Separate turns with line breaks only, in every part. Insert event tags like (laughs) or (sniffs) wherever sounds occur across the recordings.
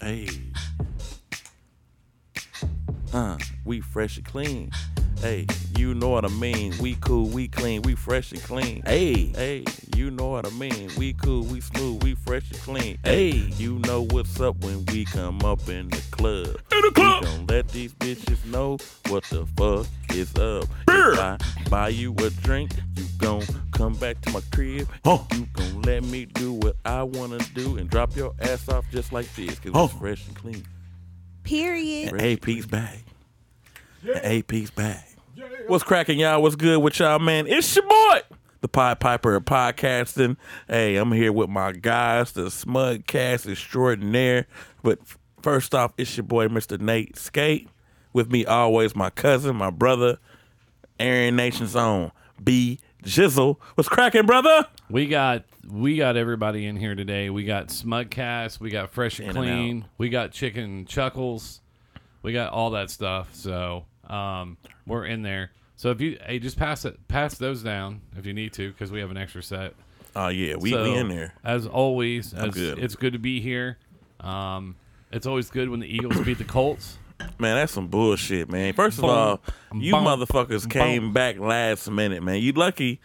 Hey. Uh, we fresh and clean. Hey, you know what I mean. We cool, we clean, we fresh and clean.
Hey,
Hey, you know what I mean. We cool, we smooth, we fresh and clean.
Hey.
you know what's up when we come up in the club.
In the club.
We gon' let these bitches know what the fuck is up.
Beer.
If I buy you a drink, you gon' come back to my crib.
Huh.
You gon' let me do what I wanna do and drop your ass off just like this, cause
Huh.
it's fresh and clean.
Period.
AP's back. AP's back. What's cracking, y'all? What's good with y'all, man? It's your boy, the Pod Piper of podcasting. Hey, I'm here with my guys, the Smugcast Extraordinaire. But f- first off, it's your boy, Mr. Nate Skate. With me always, my cousin, my brother, Aaron Nation's own B Jizzle. What's cracking, brother?
We got we got everybody in here today. We got Smugcast, we got Fresh and
In and
Clean, we got Chicken Chuckles, we got all that stuff. So um, we're in there. So if you hey, just pass it, pass those down if you need to, because we have an extra set.
Oh yeah, we,
So,
we in there.
as always. it's-
good.
It's good to be here. Um, it's always good when the Eagles beat the Colts.
Man, that's some bullshit, man. First of
Boom.
all, you
Boom.
motherfuckers came
Boom.
back last minute, man. You lucky.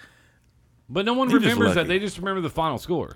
But no one
You're just
remembers that.
lucky.
They just remember the final score.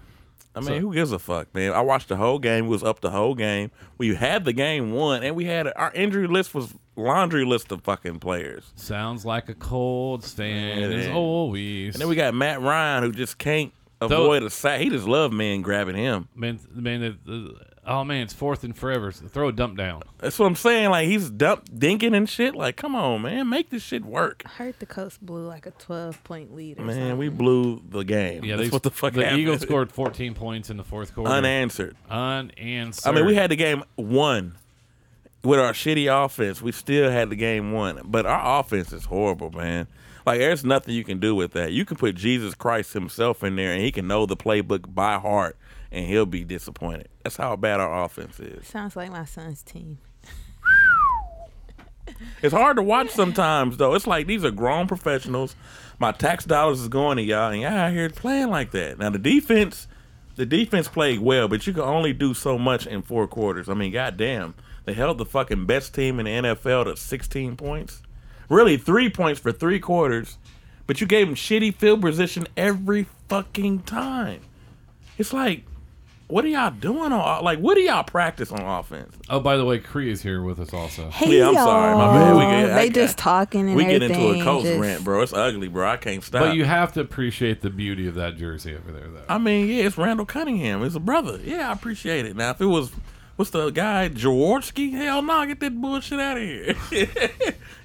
I mean, who gives a fuck, man? I watched the whole game. We was up the whole game. We had the game won, and we had our injury list was laundry list of fucking players.
Sounds like a cold
Yeah, it
stand as
is.
always.
And then we got Matt Ryan, who just can't avoid a sack. He just loved man grabbing him.
Man, man, the, the, oh man, it's fourth and forever. So throw a dump down.
That's what I'm saying. Like he's dump dinking and shit. Like, come on, man, make this shit work.
I heard the Coast blew like a 12 point lead. Or
Man, we blew the game.
Yeah,
That's
they,
what the fuck
The
happened.
Eagles
(laughs)
scored 14 points in the fourth quarter.
unanswered.
Unanswered.
I mean, we had the game won with our shitty offense. We still had the game won, but our offense is horrible, man. Like, there's nothing you can do with that. You can put Jesus Christ himself in there, and he can know the playbook by heart, and he'll be disappointed. That's how bad our offense is.
Sounds like my son's team.
It's hard to watch sometimes, though. It's like these are grown professionals. My tax dollars is going to y'all, and y'all out here playing like that. Now the defense, the defense played well, but you can only do so much in four quarters. I mean, goddamn, they held the fucking best team in the NFL to 16 points, really three points for three quarters, but you gave them shitty field position every fucking time. It's like, what are y'all doing on like? What do y'all practice on offense?
Oh, by the way, Cree is here with us also.
Hey,
Yeah, I'm sorry, my bad. We get-
they
I-
just talking and
we get
everything.
into a coach
just-
rant, bro. It's ugly, bro. I can't stop.
But you have to appreciate the beauty of that jersey over there, though.
I mean, yeah, it's Randall Cunningham. It's a brother. Yeah, I appreciate it. Now, if it was, what's the guy, Jaworski? Hell no, get that bullshit out of here. (laughs)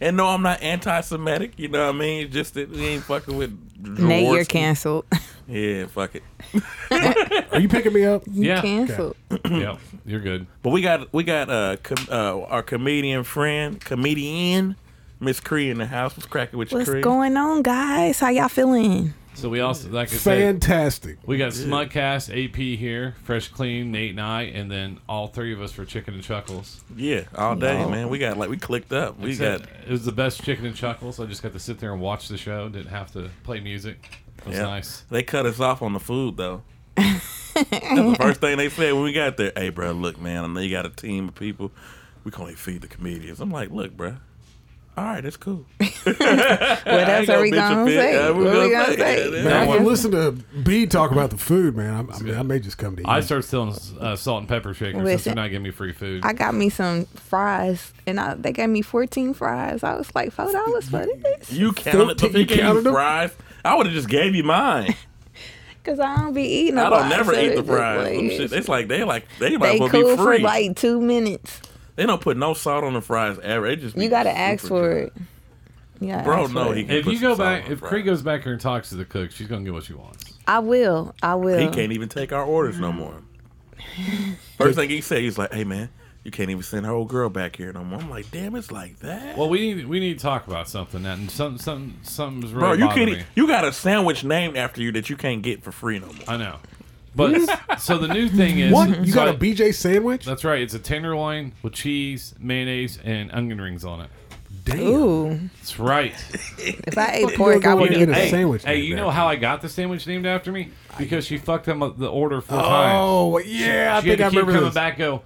and no, I'm not anti-Semitic. You know what I mean? It's just that we ain't fucking with Jaworski.
Nate, you're canceled. (laughs)
Yeah, fuck it.
Are you picking me up?
you
Yeah.
canceled.
yep, you're good.
But we got we got uh, com- uh our comedian friend, comedian Miss Cree in the house. What's cracking with you,
What's
Cree?
going on, guys? How y'all feeling?
So we also, like I said,
Fantastic.
we got Smutcast, AP here, Fresh Clean, Nate and I, and then all three of us for Chicken and Chuckles.
yeah, all day,
No.
man. We got like we clicked up. We got
Except it was the best Chicken and Chuckles. I just got to sit there and watch the show. Didn't have to play music. It was
Yeah.
nice.
They cut us off on the food though. That's the first thing they said when we got there. Hey, bro, look, man, I know you got a team of people. We can only feed the comedians. I'm like, look, bro. All right, that's
(laughs)
cool.
What else are we gonna say? What are we gonna
Yeah,
say?
Man, I
yeah.
can listen to B talk about the food, man. I, I mean, I may just come to you.
I start stealing uh, salt and pepper shakers since
Listen.
they're not giving me free food.
I got me some fries, and I, they gave me 14 fries. I was like, four dollars for this,
You counted them.
Filthy,
You
you
gave me
counted 'em?
fries. I would have just gave you
(laughs)
mine.
cause I don't be eating. a
I don't
lot,
never
so
eat
it's
the
just
fries. Them
like-
shit- It's like they like they might
They
as well
cool
be
for
free.
like two minutes.
they don't put no salt on the fries ever. It just be
You gotta ask
super
for
dry.
it. Yeah,
Bro, no, he can
if
put
you
some
go
salt
back,
on
if
fries.
Cree goes back here and talks to the cook, she's gonna get what she wants.
I will. I will.
He can't even take our orders no
(laughs)
more. First thing he said, he's like, "Hey man, you can't even send our old girl back here no more." I'm like, "Damn, it's like that."
Well, we need we need to talk about something that and some some something's
Bro,
really
you
bothering
can't. e,
e-
me.
You got a sandwich named after you that you can't get for free no more.
I know, but so the new thing is
Hmm? what? You
so I-
got a BJ sandwich?
That's right. It's a tenderloin with cheese, mayonnaise, and onion rings on it.
Damn.
Ooh,
That's
(laughs)
right.
if I ate
You don't
pork,
go
I
in
would
and
get
get a
it.
sandwich.
hey,
named
you
after
know how I got the sandwich named after me because she fucked them up the order four times.
Oh yeah, I
she
think I
had to keep
remember
coming
this.
back. Go,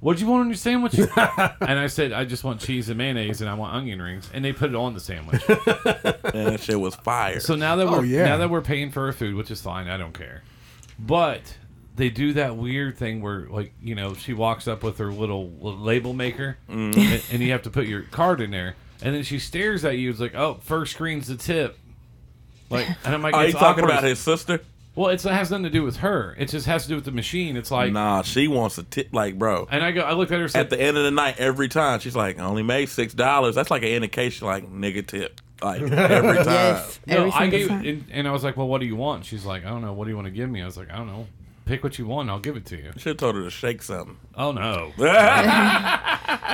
What do you want on
(laughs)
your sandwich? and I said, I just want cheese and mayonnaise, and I want onion rings, and they put it on the sandwich.
And that shit was fire.
So now
Oh,
that we're
yeah.
now that we're paying for our food, which is fine, I don't care. But they do that weird thing where, like, you know, she walks up with her little label maker,
Mm.
and, and you have to put your card in there, and then she stares at you. It's like, oh, first screen's the tip. Like, and I'm like,
Are you
it's
talking
awkward.
about his sister?
Well, it's, it has nothing to do with her. It just has to do with the machine. It's like,
Nah, she wants a tip. Like, bro,
and I go, I looked at her, and said,
at the end of the night, every time she's like, "I only made six dollars." That's like an indication, like nigga tip, like every time.
(laughs) Yes.
No,
every
I
single
gave,
time.
and, and I was like, "Well, what do you want?" She's like, "I don't know. What do you want to give me?" I was like, "I don't know. Pick what you want. I'll give it to you."
Should have told her to shake
(laughs)
something.
Oh no!
(laughs)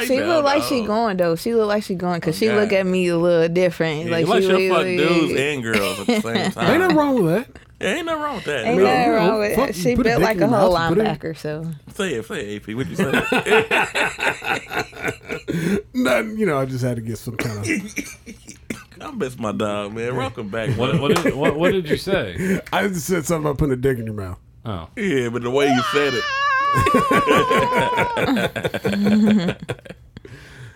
She
Hell
look like
no.
she going though. She look like she going because she look
God.
at me a little different.
Yeah,
like
you like
she
should fuck
really,
dudes eh? and girls at the
(laughs)
same time.
Ain't nothing wrong with that.
Yeah, ain't nothing wrong with that.
Ain't
No.
nothing
No,
wrong with
Oh, fuck,
it. She
put a
built
dick
like
in
a
your
whole
mouth and put it
linebacker. So
Say it, say it, AP. What you say?
Nothing, you know, I just had to get some kind of.
I miss my dog, man. Welcome back. bro.
What, what, did, what, what did you say? (laughs)
I just said something about putting a dick in your mouth.
Oh,
Yeah, but the way you said it.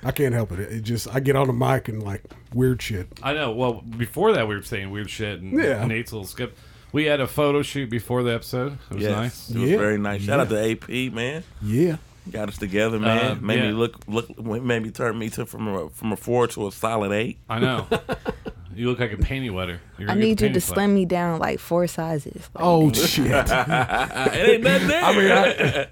I can't help it. It just I get on the mic and like weird shit.
I know. Well, before that, we were saying weird shit, and
Yeah.
Nate's little skip. We had a photo shoot before the episode. It was
Yes,
nice.
it was
Yeah.
very nice. Shout out to AP, man.
Yeah.
Got us together, man.
Uh,
made
yeah.
me look, look, made me turn me to from a from a four to a solid eight.
I (laughs) know. You look like a panty wetter. You're
I
gonna get
need
the
you to
panties wet.
slim me down like four sizes. Like,
Oh
(laughs)
shit.
It ain't (laughs) nothing there.
I mean, I,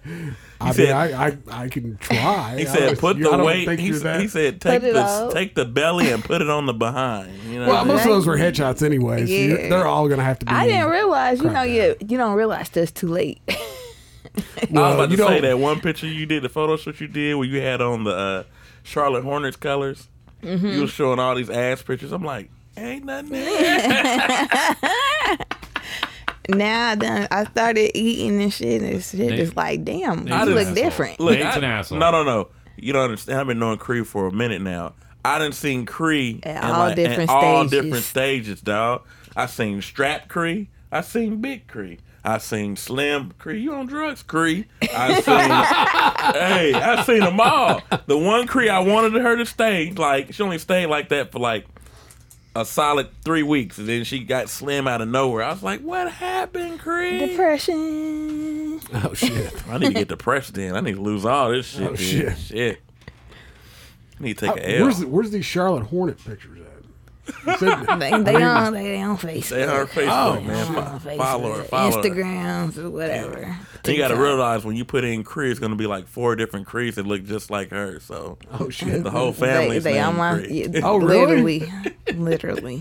I,
said-
mean, I, I, I can try.
he
I
said,
was-
"Put
you- I
the
don't
weight."
think
He,
you're
s-
that-
he said, "Take
it
the
out.
take the belly and put it on the behind." You know,
well, most of
Right.
those were headshots anyway. So you-
Yeah.
they're all gonna have to be.
I didn't realize. You
Crack
know,
that.
you you don't realize this too late. (laughs)
I was about
you
to say
don't-
that one picture you did, the photo shoot you did, where you had on the uh, Charlotte Hornets colors. You were showing all these ass pictures. I'm like, ain't nothing there.
now I done, I started eating and shit, and shit
Nate-
is like, damn,
Nate's
you
an
look
asshole.
different.
Nate's
I-
an asshole.
No, no, no. You don't understand. I've been knowing Cree for a minute now. I done seen Cree
At
in,
all
like, in
different
all
stages.
different stages, dog. I seen strap Cree. I seen big Cree. I seen slim Cree. You on drugs, Cree? I
(laughs)
seen. hey, I seen them all. The one Cree I wanted her to stay, like she only stayed like that for like a solid three weeks, and then she got slim out of nowhere. I was like, "What happened, Cree?"
Depression.
(laughs)
Oh shit.
I need to get depressed then. I need to lose all this shit.
Oh,
then. shit.
shit. Uh,
I need to take a L.
where's the, where's these Charlotte Hornet pictures at? You
(laughs)
said-
They, they on they, they on Facebook.
They on
Oh,
her Facebook, man.
on
Fo-
Facebook,
follow her, follow her.
Instagrams, or whatever.
And you got to
TikTok.
realize when you put in Cree, it's going to be like four different Crees that look just like her. So
oh shit.
the whole family's
they, they on
named
my
Cree. (laughs)
yeah,
Oh, really?
literally, literally,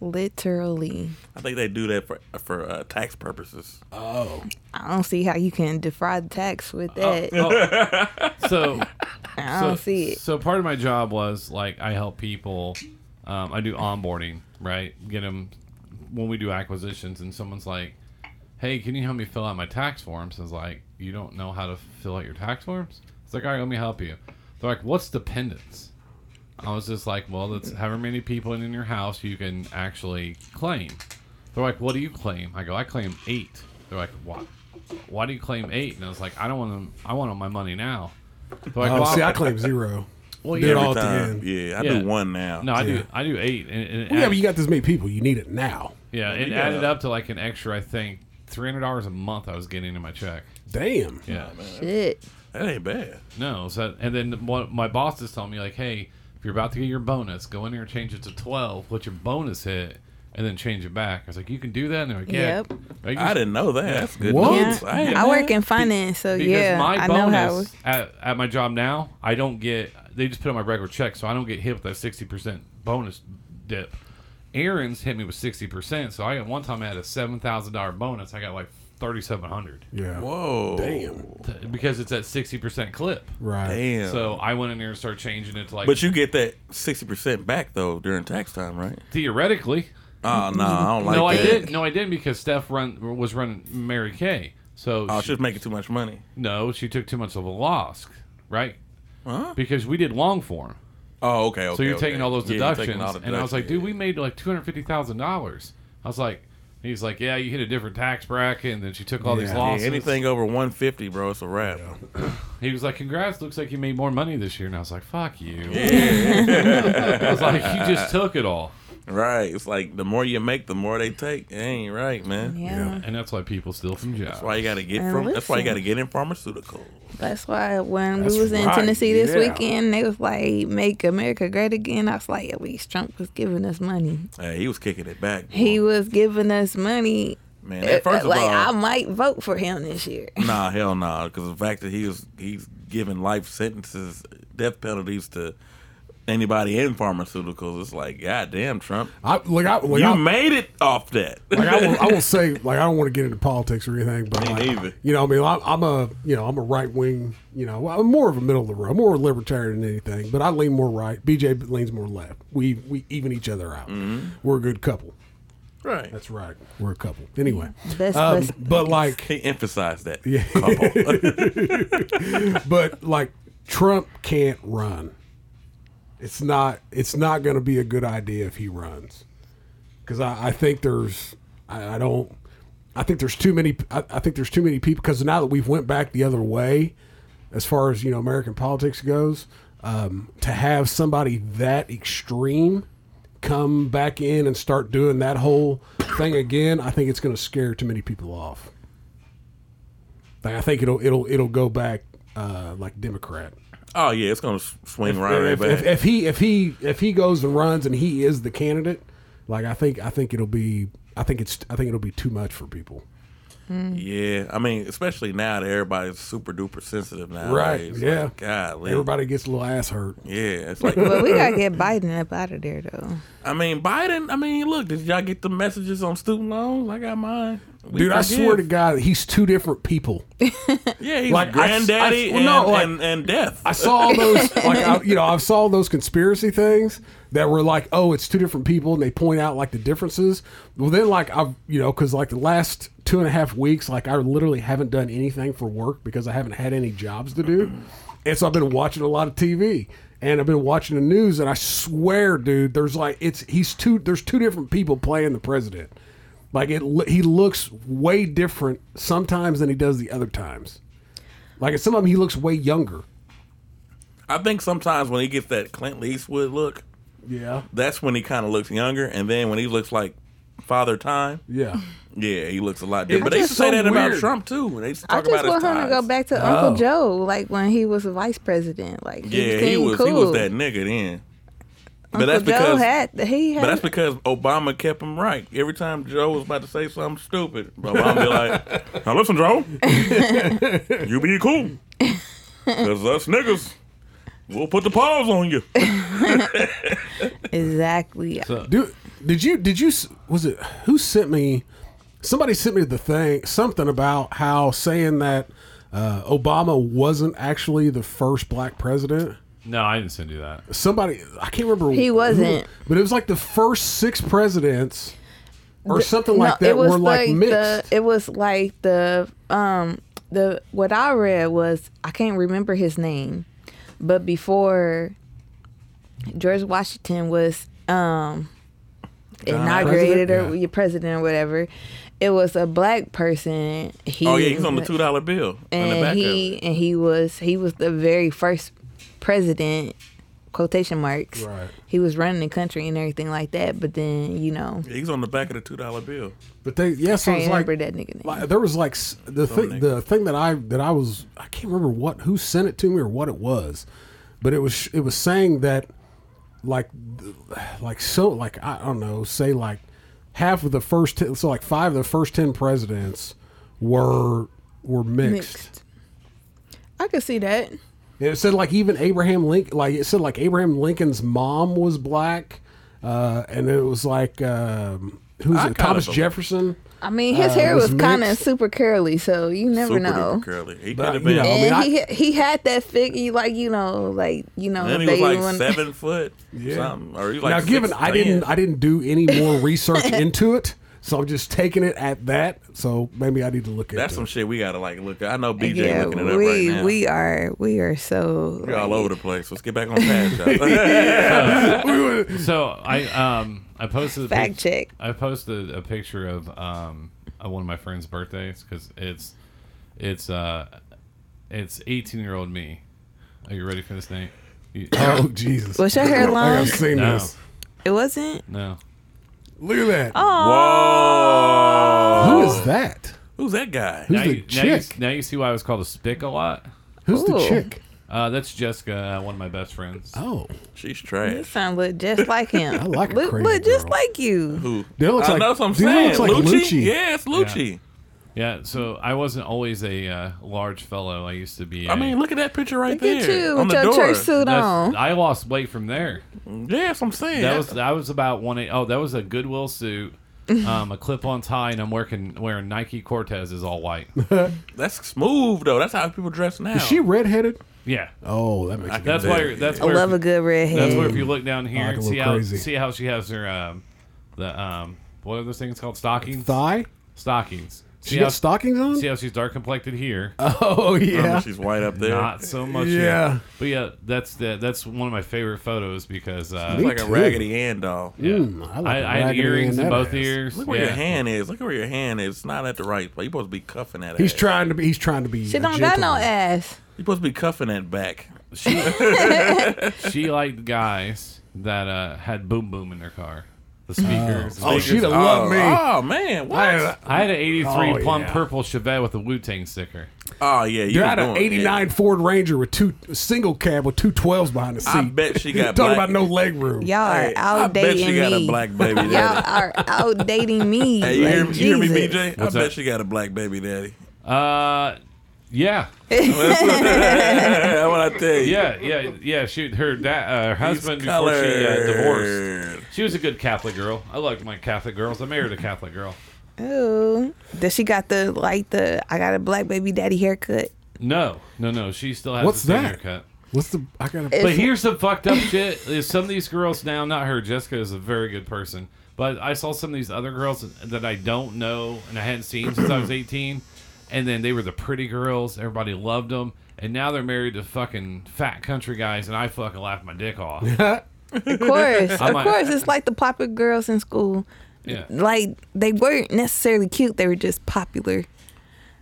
literally.
I think they do that for for uh, tax purposes.
Oh.
I don't see how you can defraud the tax with that. (laughs)
So (laughs)
I
so,
don't see it.
So part of my job was like I help people. Um, I do onboarding, right? Get them when we do acquisitions, and someone's like, "Hey, can you help me fill out my tax forms?" I was like, "You don't know how to fill out your tax forms?" It's like, "All right, let me help you." They're like, "What's dependents?" I was just like, "Well, that's however many people in your house you can actually claim." They're like, "What do you claim?" I go, "I claim eight. They're like, "What?" Why do you claim eight? And I was like, I don't want them. I want all my money now. They're like,
Oh,
"Well,
see, I claim
(laughs)
zero.
well,
Did
yeah,
all-
all.
at the
Time.
end.
Yeah, I
Yeah.
do one now.
No, I
Yeah.
do. I do eight, and, and it
Well, yeah, but
add-
you got this many people. You need it now.
yeah, it
you got
added
a-
up to like an extra, I think, three hundred dollars a month I was getting in my check.
Damn.
Yeah,
Shit.
That ain't bad.
no. So, and then what my boss is telling me like, hey, if you're about to get your bonus, go in there and change it to twelve. Let your bonus hit, and then change it back. I was like, you can do that. And they're like, yeah.
Yep.
Like,
I didn't know that. That's good.
What?
Yeah,
news. I,
I,
ain't-
work in finance, so
Because
yeah,
my
I know how.
bonus at, at my job now, I don't get. They just put on my regular check, so I don't get hit with that sixty percent bonus dip. Aaron's hit me with sixty percent, so I got one time I had a seven thousand dollar bonus. I got like thirty seven hundred
Yeah.
Whoa.
Damn.
because it's at sixty percent clip.
Right.
Damn.
So I went in there and started changing it to like
but you get that 60% back, though, during tax time, right?
theoretically.
Oh, no, I don't like
no, I
that.
didn't. No, I didn't because Steph run was running Mary Kay. So
Oh,
she-
she's making too much money.
no, she took too much of a loss, right?
Huh?
Because we did long form.
Oh, okay. okay
So you're
okay.
taking all those
Yeah, you're taking
deductions,
all the
and I was like,
deductions.
dude, we made like two hundred fifty thousand dollars. I was like, He's like, yeah, you hit a different tax bracket, and then she took all these
Yeah.
Yeah,
losses.
anything over 150, bro, it's a wrap.
He was like, congrats, looks like you made more money this year. And I was like, fuck you. I (laughs)
Yeah.
was like, you just took it all.
right. It's like the more you make, the more they take. It ain't right, man.
Yeah.
And that's why people steal from jobs.
That's why you gotta get
And
from. That's why you
listen.
gotta get in pharmaceuticals.
That's why when
That's
we was in
right,
Tennessee this
yeah.
weekend, they was like, "Make America Great Again." I was like, "At least Trump was giving us money.
Hey, he was kicking it back. boy.
He was giving us money.
man. that- First of
Uh, like I
all,
might vote for him this year." (laughs)
nah, hell nah, because the fact that he was he's giving life sentences, death penalties to anybody in pharmaceuticals, it's like, god damn, Trump,
I, like I, like,
you
I,
made it off that.
like I, will, I will say, like I don't want to get into politics or anything, but
Me
like,
neither.
you know, I mean, I'm, I'm a, you know, I'm a right wing, you know, I'm more of a middle of the road, more libertarian than anything, but I lean more right. BJ leans more left. We we even each other out.
Mm-hmm.
We're a good couple.
(laughs) right.
That's right. We're a couple. Anyway,
Best
um,
best-
but like,
He emphasized that. Couple.
but like Trump can't run. It's not. It's not going to be a good idea if he runs, because I, I think there's. I, I don't. I think there's too many. I, I think there's too many people. Because now that we've went back the other way, as far as you know, American politics goes, um, to have somebody that extreme come back in and start doing that whole thing again, I think it's going to scare too many people off. Like I think it'll it'll it'll go back uh, like Democrat.
(laughs) oh yeah, it's gonna s- swing right, right
if,
back.
if, if he if he if he goes and runs and he is the candidate, like I think I think it'll be I think it's I think it'll be too much for people.
yeah, I mean, especially now that everybody's super duper sensitive now.
yeah.
God,
Everybody gets a little ass hurt.
Yeah, it's like
(laughs)
but we
(laughs)
gotta get Biden up out of there though.
I mean, Biden. I mean, look, did y'all get the messages on student loans? I got mine. We
Dude, I
forgive.
swear to God, he's two different people.
yeah, he's
like, I-
granddaddy
I- well, no,
and,
like-
and, and death.
I saw all those, like, I, you know, I saw those conspiracy things that were like, oh, it's two different people, and they point out like the differences. Well, then, like, I've, you know, because like the last two and a half weeks, like, I literally haven't done anything for work because I haven't had any jobs to do, and so I've been watching a lot of TV and I've been watching the news, and I swear, dude, there's like, it's he's two, there's two different people playing the president. Like it, lo- he looks way different sometimes than he does the other times. Like at some of them, he looks way younger.
I think sometimes when he gets that Clint Eastwood look,
Yeah.
that's when he kind of looks younger. And then when he looks like Father Time,
Yeah.
yeah, he looks a lot different. But they
just
used to say
so
that about
weird.
Trump too. They used to
I
talk
just
about his
want him to go
ties.
back to Uncle Joe, like when he was vice president. Like
Yeah, he
seemed
was
cool.
he was that nigga then. But
Uncle
that's
Joe
because
had he had
But that's because Obama kept him right. Every time Joe was about to say something stupid, Obama be
(laughs)
like, "Now listen, Joe, you be cool, cause us niggas, we'll put the paws on
(laughs)
you."
exactly.
So,
Dude, did you did you s- was it who sent me? Somebody sent me the thing something about how saying that uh, Obama wasn't actually the first black president.
no, I didn't send you that.
Somebody I can't remember.
He
who-
wasn't.
but it was like the first six presidents or something like
No,
that were like,
the,
mixed.
it was like the um the what I read was I can't remember his name, but before George Washington was um inaugurated
President?
or
Yeah.
your president or whatever, it was a black person. He
oh yeah, he's on the
was-
two dollar bill in the back
and
of it.
he and he was he was the very first president quotation marks
Right.
he was running the country and everything like that but then you know
Yeah, He's on the back of the two dollar bill.
but they yeah, so
can't
it's like
remember that nigga name
Like, there was like s- the thing,
nigga.
the thing that I that I was I can't remember what who sent it to me or what it was, but it was it was saying that like th- like so like I don't know say like half of the first ten, so like five of the first ten presidents were were mixed.
mixed i could see that
And it said like even Abraham Lincoln like it said like Abraham Lincoln's mom was black, uh, and it was like um, who's
I
it
kind
Thomas
of-
Jefferson.
i mean his
Uh,
hair
was
was, kind of
mixed.
super curly so you never
Super
know
duper curly. He
But,
could have
you
been.
know, I mean,
and
I-
he he had that figure like you know like you know
then he
they
was like
wanna- (laughs)
seven foot,
Yeah.
something, or he was like
now, given I didn't,
6'10".
I didn't do any more research into it, so I'm just taking it at that. So maybe I need to look at
That's
it.
some shit we gotta like look. at. I know BJ
yeah
looking it up
we
right now.
we are we are so
We're all
(laughs)
like,
over the place. Let's get back on task. y'all.
So I um I posted a
Fact
pic-
check.
I posted a picture of um of one of my friend's birthdays because it's it's uh it's 18 year old me. Are you ready for this, Nate? You,
Oh Jesus!
Was your hair
I think
long?
I've seen
no,
this.
It wasn't.
no.
Look at that.
Oh.
Whoa!
Who is that?
(laughs) Who's that guy?
Who's
Now
the
you, now, you,
chick?
now you see why I was called a spick a lot.
Who's the
Ooh.
chick?
Uh, that's Jessica, uh, one of my best friends.
Oh,
She's
You
trash.
sound
(laughs)
look just like him.
I like a
look,
crazy
look just
girl.
like you.
Who?
That looks
I
like-
know what I'm
dude,
saying.
that looks like
Lucci?
Lucci.
Yeah, it's Lucci.
Yeah, so I wasn't always a uh, large fellow. I used to be.
I
a-
mean, look at that picture right
Look
there
at you
on
with
the
your
door.
church suit
that's-
on.
I lost weight from there.
Yes, I'm saying
That was that was about one. eight- Oh, that was a Goodwill suit, um, a clip-on tie, and I'm working wearing Nike Cortezes all
(laughs)
white.
that's smooth though. That's how people dress now.
is she redheaded?
Yeah,
Oh, that makes. it
that's
good.
why. you're- That's
I
where.
love a good
that's where
redhead.
if you look down here
I like
and
to
see
look
how
crazy.
see how she has her um, the um, what are those things called? Stockings.
thigh.
Stockings. See
She
how,
got stockings on.
see how she's dark complected here.
(laughs) Oh
I don't know
yeah.
if She's white up there.
Not so much.
Yeah.
here. But yeah, that's the, that's one of my favorite photos because
It's
uh,
like a
too.
raggedy hand doll.
yeah.
Mm, I like
I,
a
I, had
raggedy
earrings
man
in
that
both
ass.
ears.
Look where
yeah.
your hand is. Look where your hand is. It's not at the right place. You're supposed to be cuffing that.
He's
ass.
trying to be. He's trying to be.
She
a
don't got no
gentleman.
ass.
You're supposed to be cuffing that back.
She, she liked guys that uh, had boom boom in their car. The speakers.
Oh,
speakers.
she'd have loved
oh,
me.
Oh man, what?
I-
I had an 83
Oh,
plum
yeah.
purple Chevette with a Wu Tang sticker.
oh yeah, you
Dude,
was
I had an
doing
'89 Ford Ranger with two a single cab with two twelves behind the seat.
I bet
(laughs)
she got
Talking
black-
about no leg room.
Y'all are
Hey, I
outdating
bet she
me.
got a black baby daddy.
(laughs) Y'all are outdating me.
Hey, you,
like,
hear, me- you hear me,
Jesus.
BJ?
What's
I
that?
bet she got a black baby daddy.
Uh, yeah,
That's what I tell you.
yeah, yeah, yeah. She, her dad, uh, her husband before she uh, divorced. She was a good Catholic girl. I liked my Catholic girls. I married a Catholic girl.
Ooh. Does she got the like the I got a black baby daddy haircut?
No, no, no. She still has
What's
the same
that?
haircut.
What's the? I got
It-
a.
But
It's-
here's some fucked up shit. Is some of these girls now, not her, Jessica is a very good person. But I saw some of these other girls that I don't know and I hadn't seen since I was 18. And then they were the pretty girls. Everybody loved them. And now they're married to fucking fat country guys. And I fucking laugh my dick
(laughs)
off.
Of course. of
might-
course. It's like the popular girls in school.
Yeah.
Like they weren't necessarily cute, they were just popular.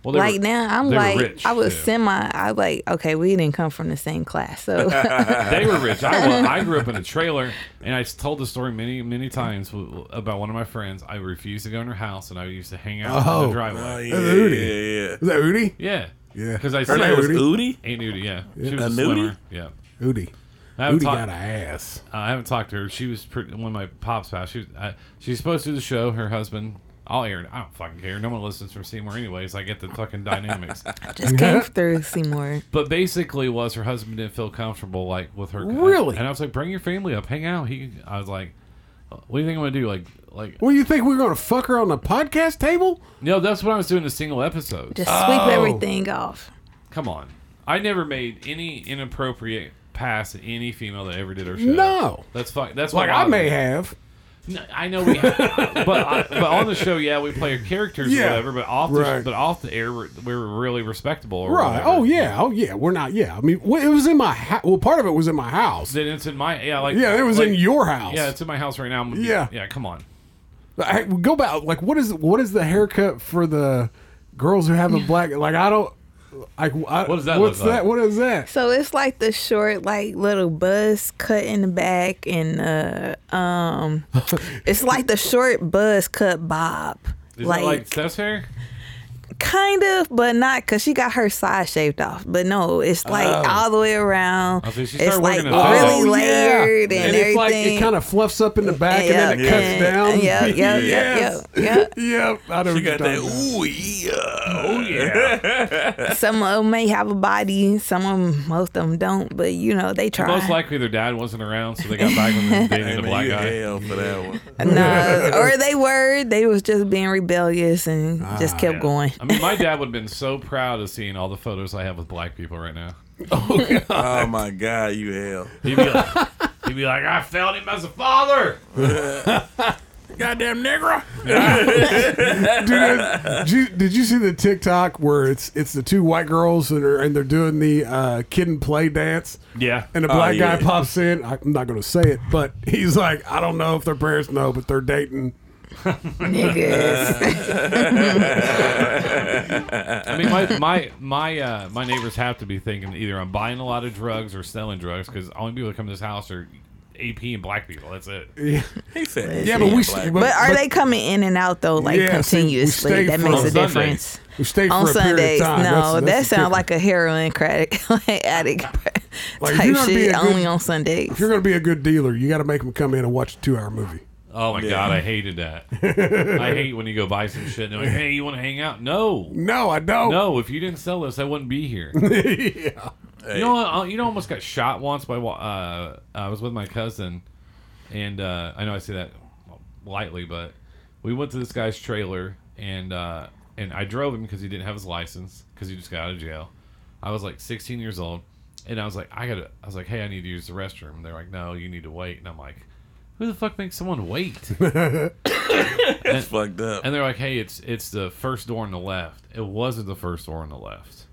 Well, they
Like
were-
now I'm
they were
like
rich,
I was
too.
semi I like, okay, we didn't come from the same class. So (laughs)
they were rich. I, wa- I grew up in a trailer, and I told the story many, many times w- about one of my friends. I refused to go in her house, and I used to hang out in
Oh.
the driveway.
Oh, yeah, yeah,
That's Hootie.
yeah, yeah.
Is that Udi?
Yeah,
Yeah.
Because I
Her
said
name was Udi.
Aunt Nudie, yeah. She was
A
a,
nudie?
swimmer. Yeah.
Udi.
I haven't,
Udi
talked-
got an ass.
uh, I haven't talked to her. She was pretty, when my pops passed. She was, uh, she's supposed to do the show. Her husband, I'll air it. I don't fucking care. No one listens from Seymour anyways. I get
(laughs)
the fucking dynamics.
I just came through Seymour.
But basically, was her husband didn't feel comfortable like with her.
Really?
And I was like, bring your family up, hang out. He, I was like, what do you think I'm gonna do? Like, like
What do you think we are gonna fuck her on the podcast table?
no, that's what I was doing. A single episode.
Just sweep
Oh.
everything off.
Come on. I never made any inappropriate pass at any female that ever did her show.
No.
That's fuck. That's
Like
what
I
bothered
may
me.
have.
No, I know we, but
(laughs)
I, but on the show, yeah, we play our characters
Yeah.
or whatever. But off,
Right.
the, but off the air, we're, we're really respectable. Or
Right.
whatever.
Oh yeah. Oh yeah. We're not. Yeah. I mean, well, it was in my house. Well, part of it was in my house.
Then it's in my yeah, like
Yeah, it was
like-
in your house.
Yeah, it's in my house right now. I'm gonna be-
Yeah.
yeah. Come on.
I, go back. Like, what is what is the haircut for the girls who
(laughs)
have a black? Like, I don't. Like, I,
What does that
What's
look like?
that? What is that?
So it's like the short, like little buzz cut in the back, and uh,
(laughs)
um, it's like the short buzz cut bob,
Is
like,
that like Steph's hair?
kind of, but not, cause she got her side shaved off. But no, it's like all the way around.
Oh, so Oh. she
it's
started
like
working
really
at the-
Oh, yeah.
layered and,
And
everything.
it's like it kind of fluffs up in the back and then it
Yeah.
cuts
Yeah.
down.
Yeah, yeah, yeah,
Yes.
yeah, yeah.
(laughs) Yep, I know
She
what you're
got that.
talking about.
Ooh yeah.
Oh
(laughs)
yeah.
some of them may have a body, some of them, most of them don't. But you know, they try.
Most likely their dad wasn't around, so they got back when they dated
Hey,
a
man,
black
you
guy.
hell for that
(laughs)
one.
no, uh, or they were. They was just being rebellious and
Ah,
just kept
(laughs)
going.
I mean, my dad would have been so proud of seeing all the photos I have with black people right now.
Oh my god, you hell.
(laughs) He'd be like, he'd be like I failed him as a father.
Goddamn nigger.
(laughs) Dude, did you, did you see the TikTok where it's it's the two white girls and are and they're doing the uh, kid and play dance?
Yeah.
And a black
Oh, yeah.
guy pops in. I, I'm not going to say it, but he's like, I don't know if their parents know, but they're dating.
Niggas.
I mean, my my my uh, my neighbors have to be thinking either I'm buying a lot of drugs or selling drugs because only people that come to this house are AP and black people. That's it.
He said,
Yeah, but we
black.
but,
(laughs) But are
but-
they coming in and out though, like
Yeah, see, we
continuously?
stayed
that
for-
makes
On
a
Sundays.
difference.
we stay for
On
a period of
Sundays,
time. That's-
no,
that's the
that sounds
kicker.
like a heroin crack (laughs) like addict
Like, if
type
you're gonna be
shit.
a good-
only on Sundays.
If you're going to be a good dealer, you got to make them come in and watch a two-hour movie.
Oh my god, I hated that. I hate when you go buy some shit and they're like, "Hey, you want to hang out?" No,
No, I don't.
no. If you didn't sell this, I wouldn't be here.
(laughs) yeah.
You know, I- you know, I almost got shot once by. wa- Uh, I was with my cousin, and uh, I know I say that lightly, but we went to this guy's trailer, and uh, and I drove him because he didn't have his license because he just got out of jail. I was like 16 years old, and I was like, I gotta. I was like, hey, I need to use the restroom. They're like, no, you need to wait, and I'm like, who the fuck makes someone wait?
That's fucked up.
And they're like, "Hey, it's it's the first door on the left." It wasn't the first door on the left.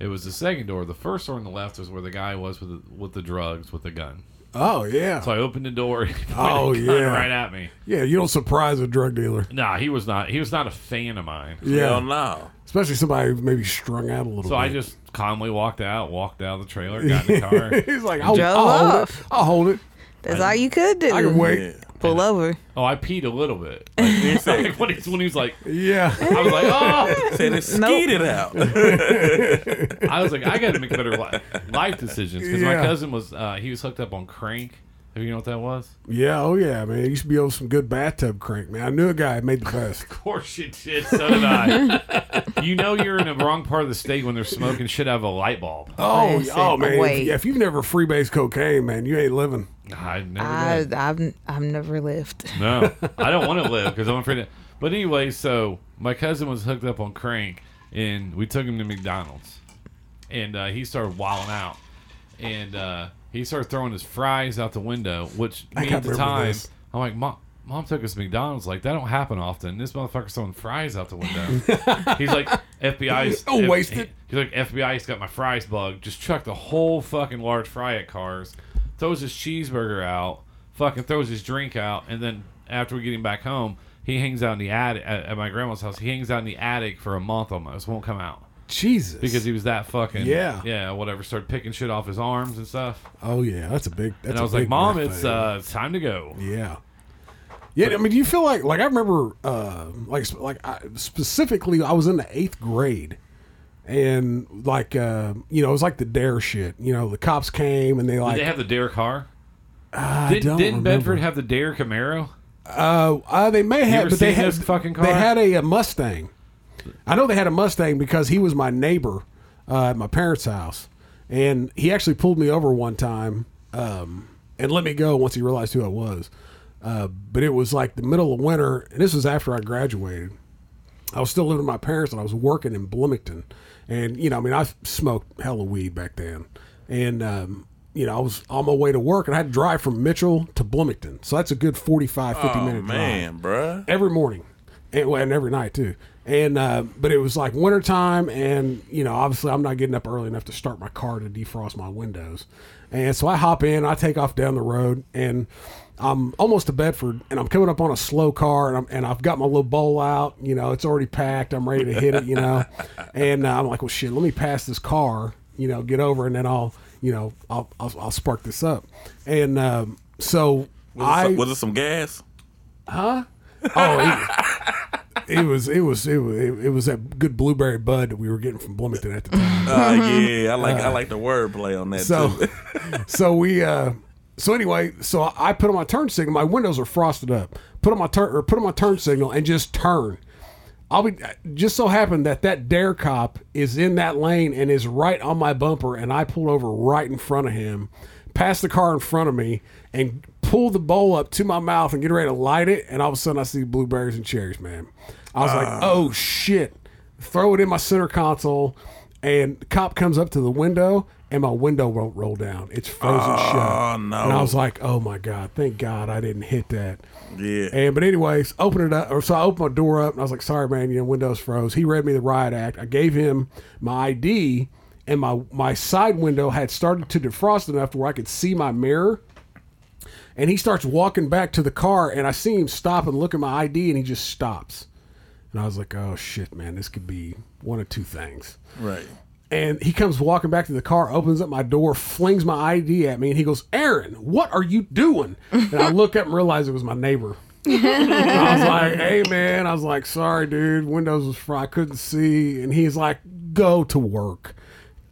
It was the second door. The first door on the left is where the guy was with the, with the drugs with the gun.
Oh yeah.
So I opened the door. (laughs) He pointed
Oh,
a gun
yeah.
right at me.
yeah. You don't surprise a drug dealer.
Nah, he was not. He was not a fan of mine.
Hell
Yeah.
no.
Especially somebody who's maybe strung out a little.
So
bit.
I
(laughs)
just calmly walked out, walked out of the trailer, got in the car.
He's like, I'll,
Drove
I'll hold it.
off.
I'll hold it.
That's all you could do.
I can
Yeah.
wait.
Pull over.
oh, I peed a
(laughs)
little bit. Like, (laughs) like, when, he's, when he was like,
Yeah.
I was like, oh,
Said it
Nope.
skeeted out.
I was like, I got to make better li- life decisions because my
Yeah.
cousin was uh, he was hooked up on crank. Have you know what that was?
Yeah. Oh yeah, man. You used to be on some good bathtub crank, man. I knew a guy that made the
(laughs)
best.
Of course you did. So did I. you know you're in the wrong part of the state when they're smoking shit out of a light bulb.
Oh,
Listen,
oh man.
wait.
Yeah, if you've never freebase cocaine, man, you ain't living.
I never.
I,
Uh,
did.
I've I've never lived.
(laughs)
No, I don't want to live because I'm afraid. Of, but anyway, so my cousin was hooked up on crank, and we took him to McDonald's, and uh, he started wilding out, and uh, he started throwing his fries out the window. Which me
can't
at the
remember
time,
this.
I'm like, mom. Mom took us to McDonald's. Like that don't happen often. This motherfucker's throwing fries out the window.
(laughs)
he's like FBI's.
Oh, wasted.
He's like FBI's got my fries bug. Just chuck the whole fucking large fry at cars. Throws his cheeseburger out. Fucking throws his drink out. And then after we get him back home, he hangs out in the attic at, at my grandma's house. He hangs out in the attic for a month almost. Won't come out
Jesus.
because he was that fucking
Yeah.
yeah whatever. Started picking shit off his arms and stuff.
oh yeah, that's a big. That's
and I
a
was like,
big
Mom,
meth
it's
thing."
uh it's time to go.
Yeah. Yeah, I mean, do you feel like like I remember uh like sp- like I, specifically I was in the 8th grade and like uh you know, it was like the dare shit. You know, the cops came and they
Did
like
they have the Dare car?
I
Did,
don't
didn't
remember.
Bedford have the Dare Camaro?
Uh, uh, they may have,
ever
but they
seen
had
this fucking
They
car?
had a, uh Mustang. I know they had a Mustang because he was my neighbor uh, at my parents' house, and he actually pulled me over one time um, and let me go once he realized who I was. Uh, but it was like the middle of winter, and this was after I graduated. I was still living with my parents, and I was working in Bloomington, and you know, I mean, I smoked hella weed back then, and um, you know, I was on my way to work, and I had to drive from Mitchell to Bloomington, so that's a good 45, 50
Oh
minute drive
man, bruh.
every morning and, well, and every night too and uh, but it was like wintertime and you know obviously i'm not getting up early enough to start my car to defrost my windows and so i hop in i take off down the road and i'm almost to bedford and i'm coming up on a slow car and, I'm, and i've got my little bowl out you know it's already packed i'm ready to hit it you know and uh, i'm like well shit let me pass this car you know get over and then i'll you know i'll i'll, I'll spark this up and um, so
Was,
I,
it some, was it some
(laughs)
gas?
Oh, it, it was it was it was it was that good blueberry bud that we were getting from Bloomington at the time.
Uh, yeah, I like I like the wordplay on that
So,
too.
(laughs) so we uh, so anyway, so I I put on my turn signal. My windows are frosted up. Put on my turn or put on my turn signal and just turn. I'll be just so happened that that dare cop is in that lane and is right on my bumper, and I pulled over right in front of him, past the car in front of me, and pull the bowl up to my mouth and get ready to light it, and all of a sudden I see blueberries and cherries, man. I was like, oh shit! Throw it in my center console, and the cop comes up to the window, and my window won't roll down. It's frozen shut.
no.
And I was like, oh my god, thank God I didn't hit that.
Yeah.
And but anyways, open it up, or so I opened my door up, and I was like, "Sorry, man, you know, windows froze." He read me the riot act. I gave him my ID, and my my side window had started to defrost enough to where I could see my mirror. And he starts walking back to the car, and I see him stop and look at my ID, and he just stops. And I was like, "Oh shit, man, this could be one of two things."
right.
And he comes walking back to the car, opens up my door, flings my ID at me, and he goes, Aaron, what are you doing? And I look up and realize it was my neighbor. I was like, hey, man. I was like, sorry, dude. Windows was fried. I couldn't see. And he's like, go to work.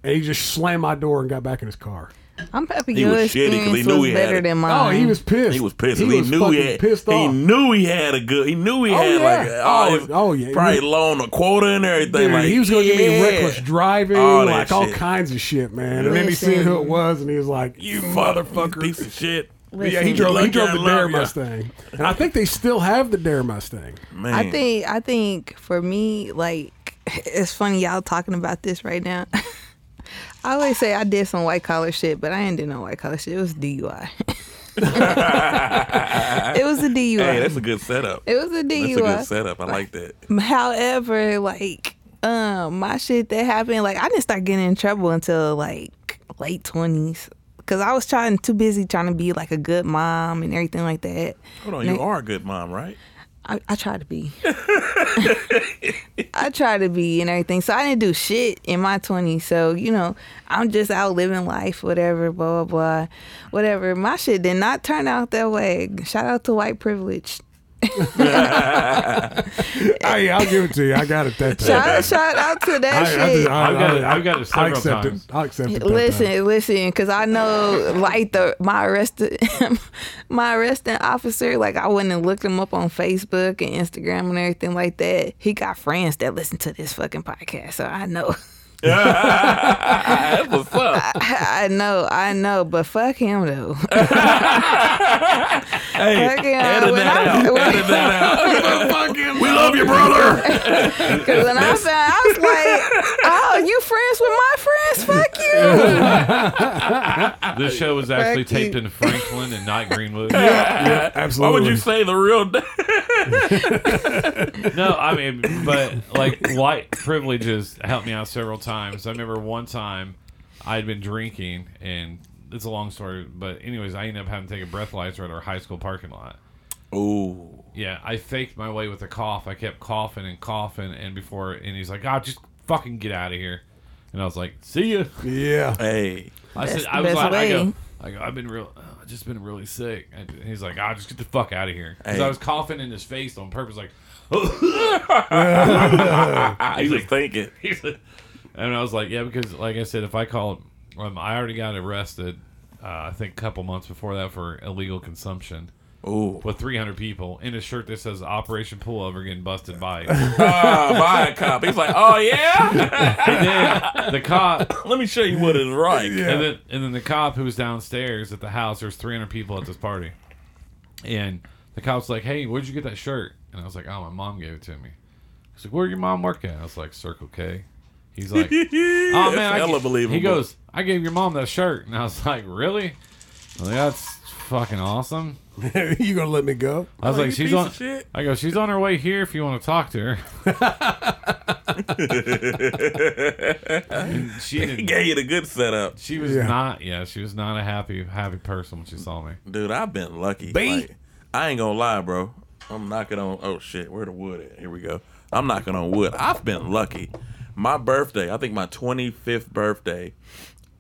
And he just slammed my door and got back in his car.
(laughs) I'm happy
He
your
was shitty 'cause he
experience
knew
was
he had
better
it.
than
Oh,
mine.
he was pissed.
He was pissed. He,
He was
knew he
fucking
had.
pissed
He
off.
knew he had a good. He knew he
Oh,
had like.
yeah.
A, oh,
Oh,
he-
oh, yeah.
Probably loan a quota and everything.
Dude,
like
he was going to give me
yeah.
reckless driving,
All that
like all
shit.
kinds of shit, man. And then he seen who it was, and he was like,
You motherfucker, piece of shit.
yeah, he
Listen.
drove, he
Lucky
drove
I
the
love
Dare
ya.
Mustang. And I think they still have the Dare Mustang.
Man,
I think I think for me, like (laughs) it's funny y'all talking about this right now. (laughs) I always say I did some white collar shit, but I ain't do no white collar shit. It was DUI. (laughs) it was a DUI.
Hey, that's a good setup.
it was a
That's
DUI.
a good setup. I like that.
However, like um my shit that happened, like I didn't start getting in trouble until like late twenties. Cause I was trying too busy trying to be like a good mom and everything like that.
Hold on, you are a good mom,
(laughs)
right?
I, I try to be. (laughs) I try to be and everything. So I didn't do shit in my 20s. So, you know, I'm just out living life, whatever, blah, blah, blah, whatever. My shit did not turn out that way. Shout out to white privilege.
Hey, I'll give it to you. I got it that time.
Shout, shout out to that
(laughs) I,
shit.
I've got it- I've got it
I
several
accept
times.
it. I accept it. that
listen,
time.
listen, because I know like the my arrested (laughs) my arresting officer, like I went and looked him up on Facebook and Instagram and everything like that. He got friends that listen to this fucking podcast, so I know.
That's what's up.
I know, I know, but fuck him though. (laughs)
Hey,
Fuck him.
edit
When
that
I-
out.
when-
Edit (laughs) that out. We love you, brother.
(laughs) 'cause when I found, I was like, "Oh, you friends with my friends? Fuck
(laughs)
you!"
This show was actually
Fuck you.
(laughs) taped in Franklin and not Greenwood.
Why
Absolutely.
would you say the real? name?
No, I mean, but like white privilege has helped me out several times. I remember one time I'd been drinking, and it's a long story, but anyways, I ended up having to take a breathalyzer at our high school parking lot.
(laughs) Ooh,
Yeah, I faked my way with a cough. I kept coughing and coughing, and before, and he's like, "Oh, just fucking get out of here," and I was like, "See ya."
Yeah.
hey,
I
That's
said,
the
I was
best
like, I
way.
go, I go, I've been real, uh, I've just been really sick. And he's like, ah, just get the fuck out of here. Because
Hey.
I was coughing in his face on purpose, like, (laughs)
I Ah, was thinking.
he's like- and I was like, yeah, because like I said, if I called, um, I already got arrested. Uh, I think a couple months before that for illegal consumption
Ooh,
with 300 people in a shirt that says Operation Pullover getting busted
(laughs)
by.
(laughs) ah, by a cop. He's like, oh yeah. (laughs)
and then the cop,
Let me show you what is right. (laughs)
and then and then the cop who was downstairs at the house. There's 300 people at this party, and the cop's like, "Hey, where'd you get that shirt?" And I was like, "Oh, my mom gave it to me." He's like, "Where your mom work at?" I was like, "Circle K." He's like,
(laughs)
"Oh
That's
man, I
hella
g-"
believable.
He goes, "I gave your mom that shirt," and I was like, "Really?" I was like, That's fucking awesome.
(laughs) you gonna let me
(laughs)
go?
I was
Oh,
like,
you
"She's
piece
on."
of shit.
I go, "She's on her way here. If you want to
(laughs)
talk to her." (laughs) And she
(laughs) He (laughs)
didn't
gave you the good setup.
she was
Yeah.
not. Yeah, she was not a happy, happy person when she saw me.
Dude, I've been lucky.
B.
Like, I ain't gonna lie, bro. I'm knocking on. Oh shit, where the wood at? Here we go. I'm knocking on wood. I've been lucky. My birthday, I think my 25th birthday,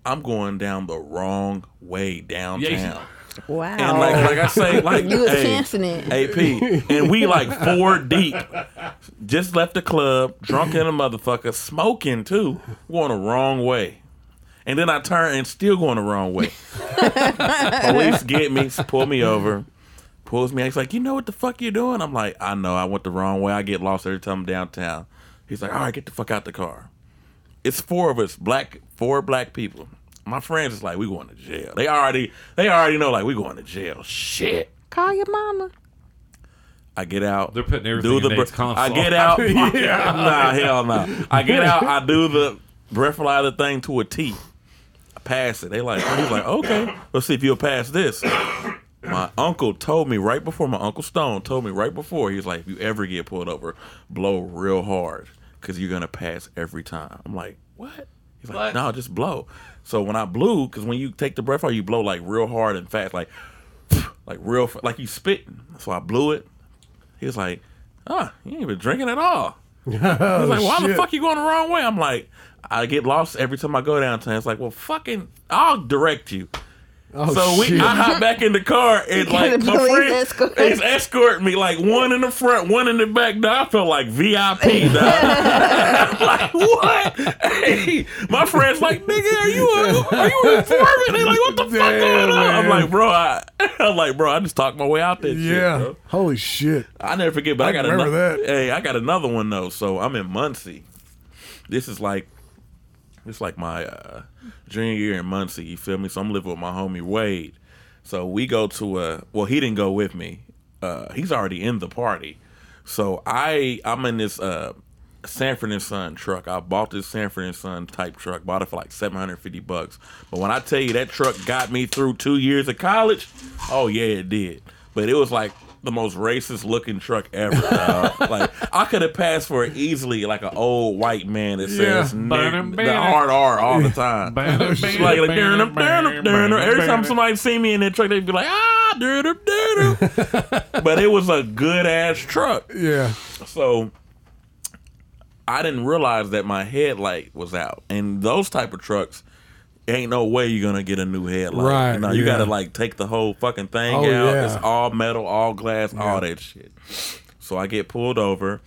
I'm going down the wrong way downtown.
Yeah,
Wow,
And like, like I say, like
you was
hey,
chancing it.
AP, and we like four deep. Just left the club, drunk in a motherfucker, smoking too, going the wrong way. And then I turn and still going the wrong
(laughs)
way. Police get me, pull me over, pulls me. out. He's like, "You know what the fuck you doing?" I'm like, "I know. I went the wrong way. I get lost every time I'm downtown." He's like, "All right, get the fuck out the car." It's four of us, black, four black people. My friends is like, "We going to jail." They already, they already know like we going to jail. Shit.
Call your mama.
I get out.
They're putting everything in Nate's console.
I get out. nah, hell no. I get out. I do the breathalyze the thing to a T. I pass it. They like he's like, okay, let's see if you'll pass this. My uncle told me right before my uncle Stone told me right before he was like, if you ever get pulled over, blow real hard because you're gonna pass every time. I'm like, what? He's like,
What?
no, just blow. So when I blew, because when you take the breath out, you blow like real hard and fast, like (sniffs) like real f- like you spitting. So I blew it. He was like, "Ah, you ain't been drinking at all." I was like, "Why the
Oh, shit.
fuck you going the wrong way?" I'm like, "I get lost every time I go downtown." It's like, "Well, fucking, I'll direct you."
Oh,
so we,
shit.
I
(laughs)
hop back in the car and like
The
my
police
friend
escort.
is escorting me, like one in the front, one in the back. Dog, I felt like VIP. Dog. I'm (laughs)
(laughs)
like what? Hey, my friends like, nigga, are you a, are you an informant? They like, what the fuck
Damn,
going on? I'm
man.
like, bro, I, I'm like, bro, I just talked my way out that shit.
yeah.
bro.
Holy shit.
I never forget, but I,
I
got
remember
another.
that.
Hey, I got another one though. So I'm in Muncie. This is like, it's like my uh, junior year in Muncie. You feel me? So I'm living with my homie Wade. So we go to a. Well, he didn't go with me. Uh, he's already in the party. So I I'm in this uh, Sanford and Son truck. I bought this Sanford and Son type truck. Bought it for like 750 bucks. But when I tell you that truck got me through two years of college, oh yeah, it did. But it was like the most racist looking truck ever. dog. like I could have passed for it easily, like an old white man that
Yeah.
says
Bam,
nigg- the
bam.
hard R all the time. It's like, like "Dun-dun, dun-dun, dun-dun." every time somebody see me in that truck, they'd be like, ah, dun-dun,
(laughs)
dun-dun." but it was a good ass truck.
Yeah.
So I didn't realize that my headlight was out. And those type of trucks, ain't no way you're gonna get a new headlight.
Right,
You know, you
yeah.
gotta like take the whole fucking thing out.
Oh, yeah.
It's all metal, all glass, all that shit. So I get pulled over.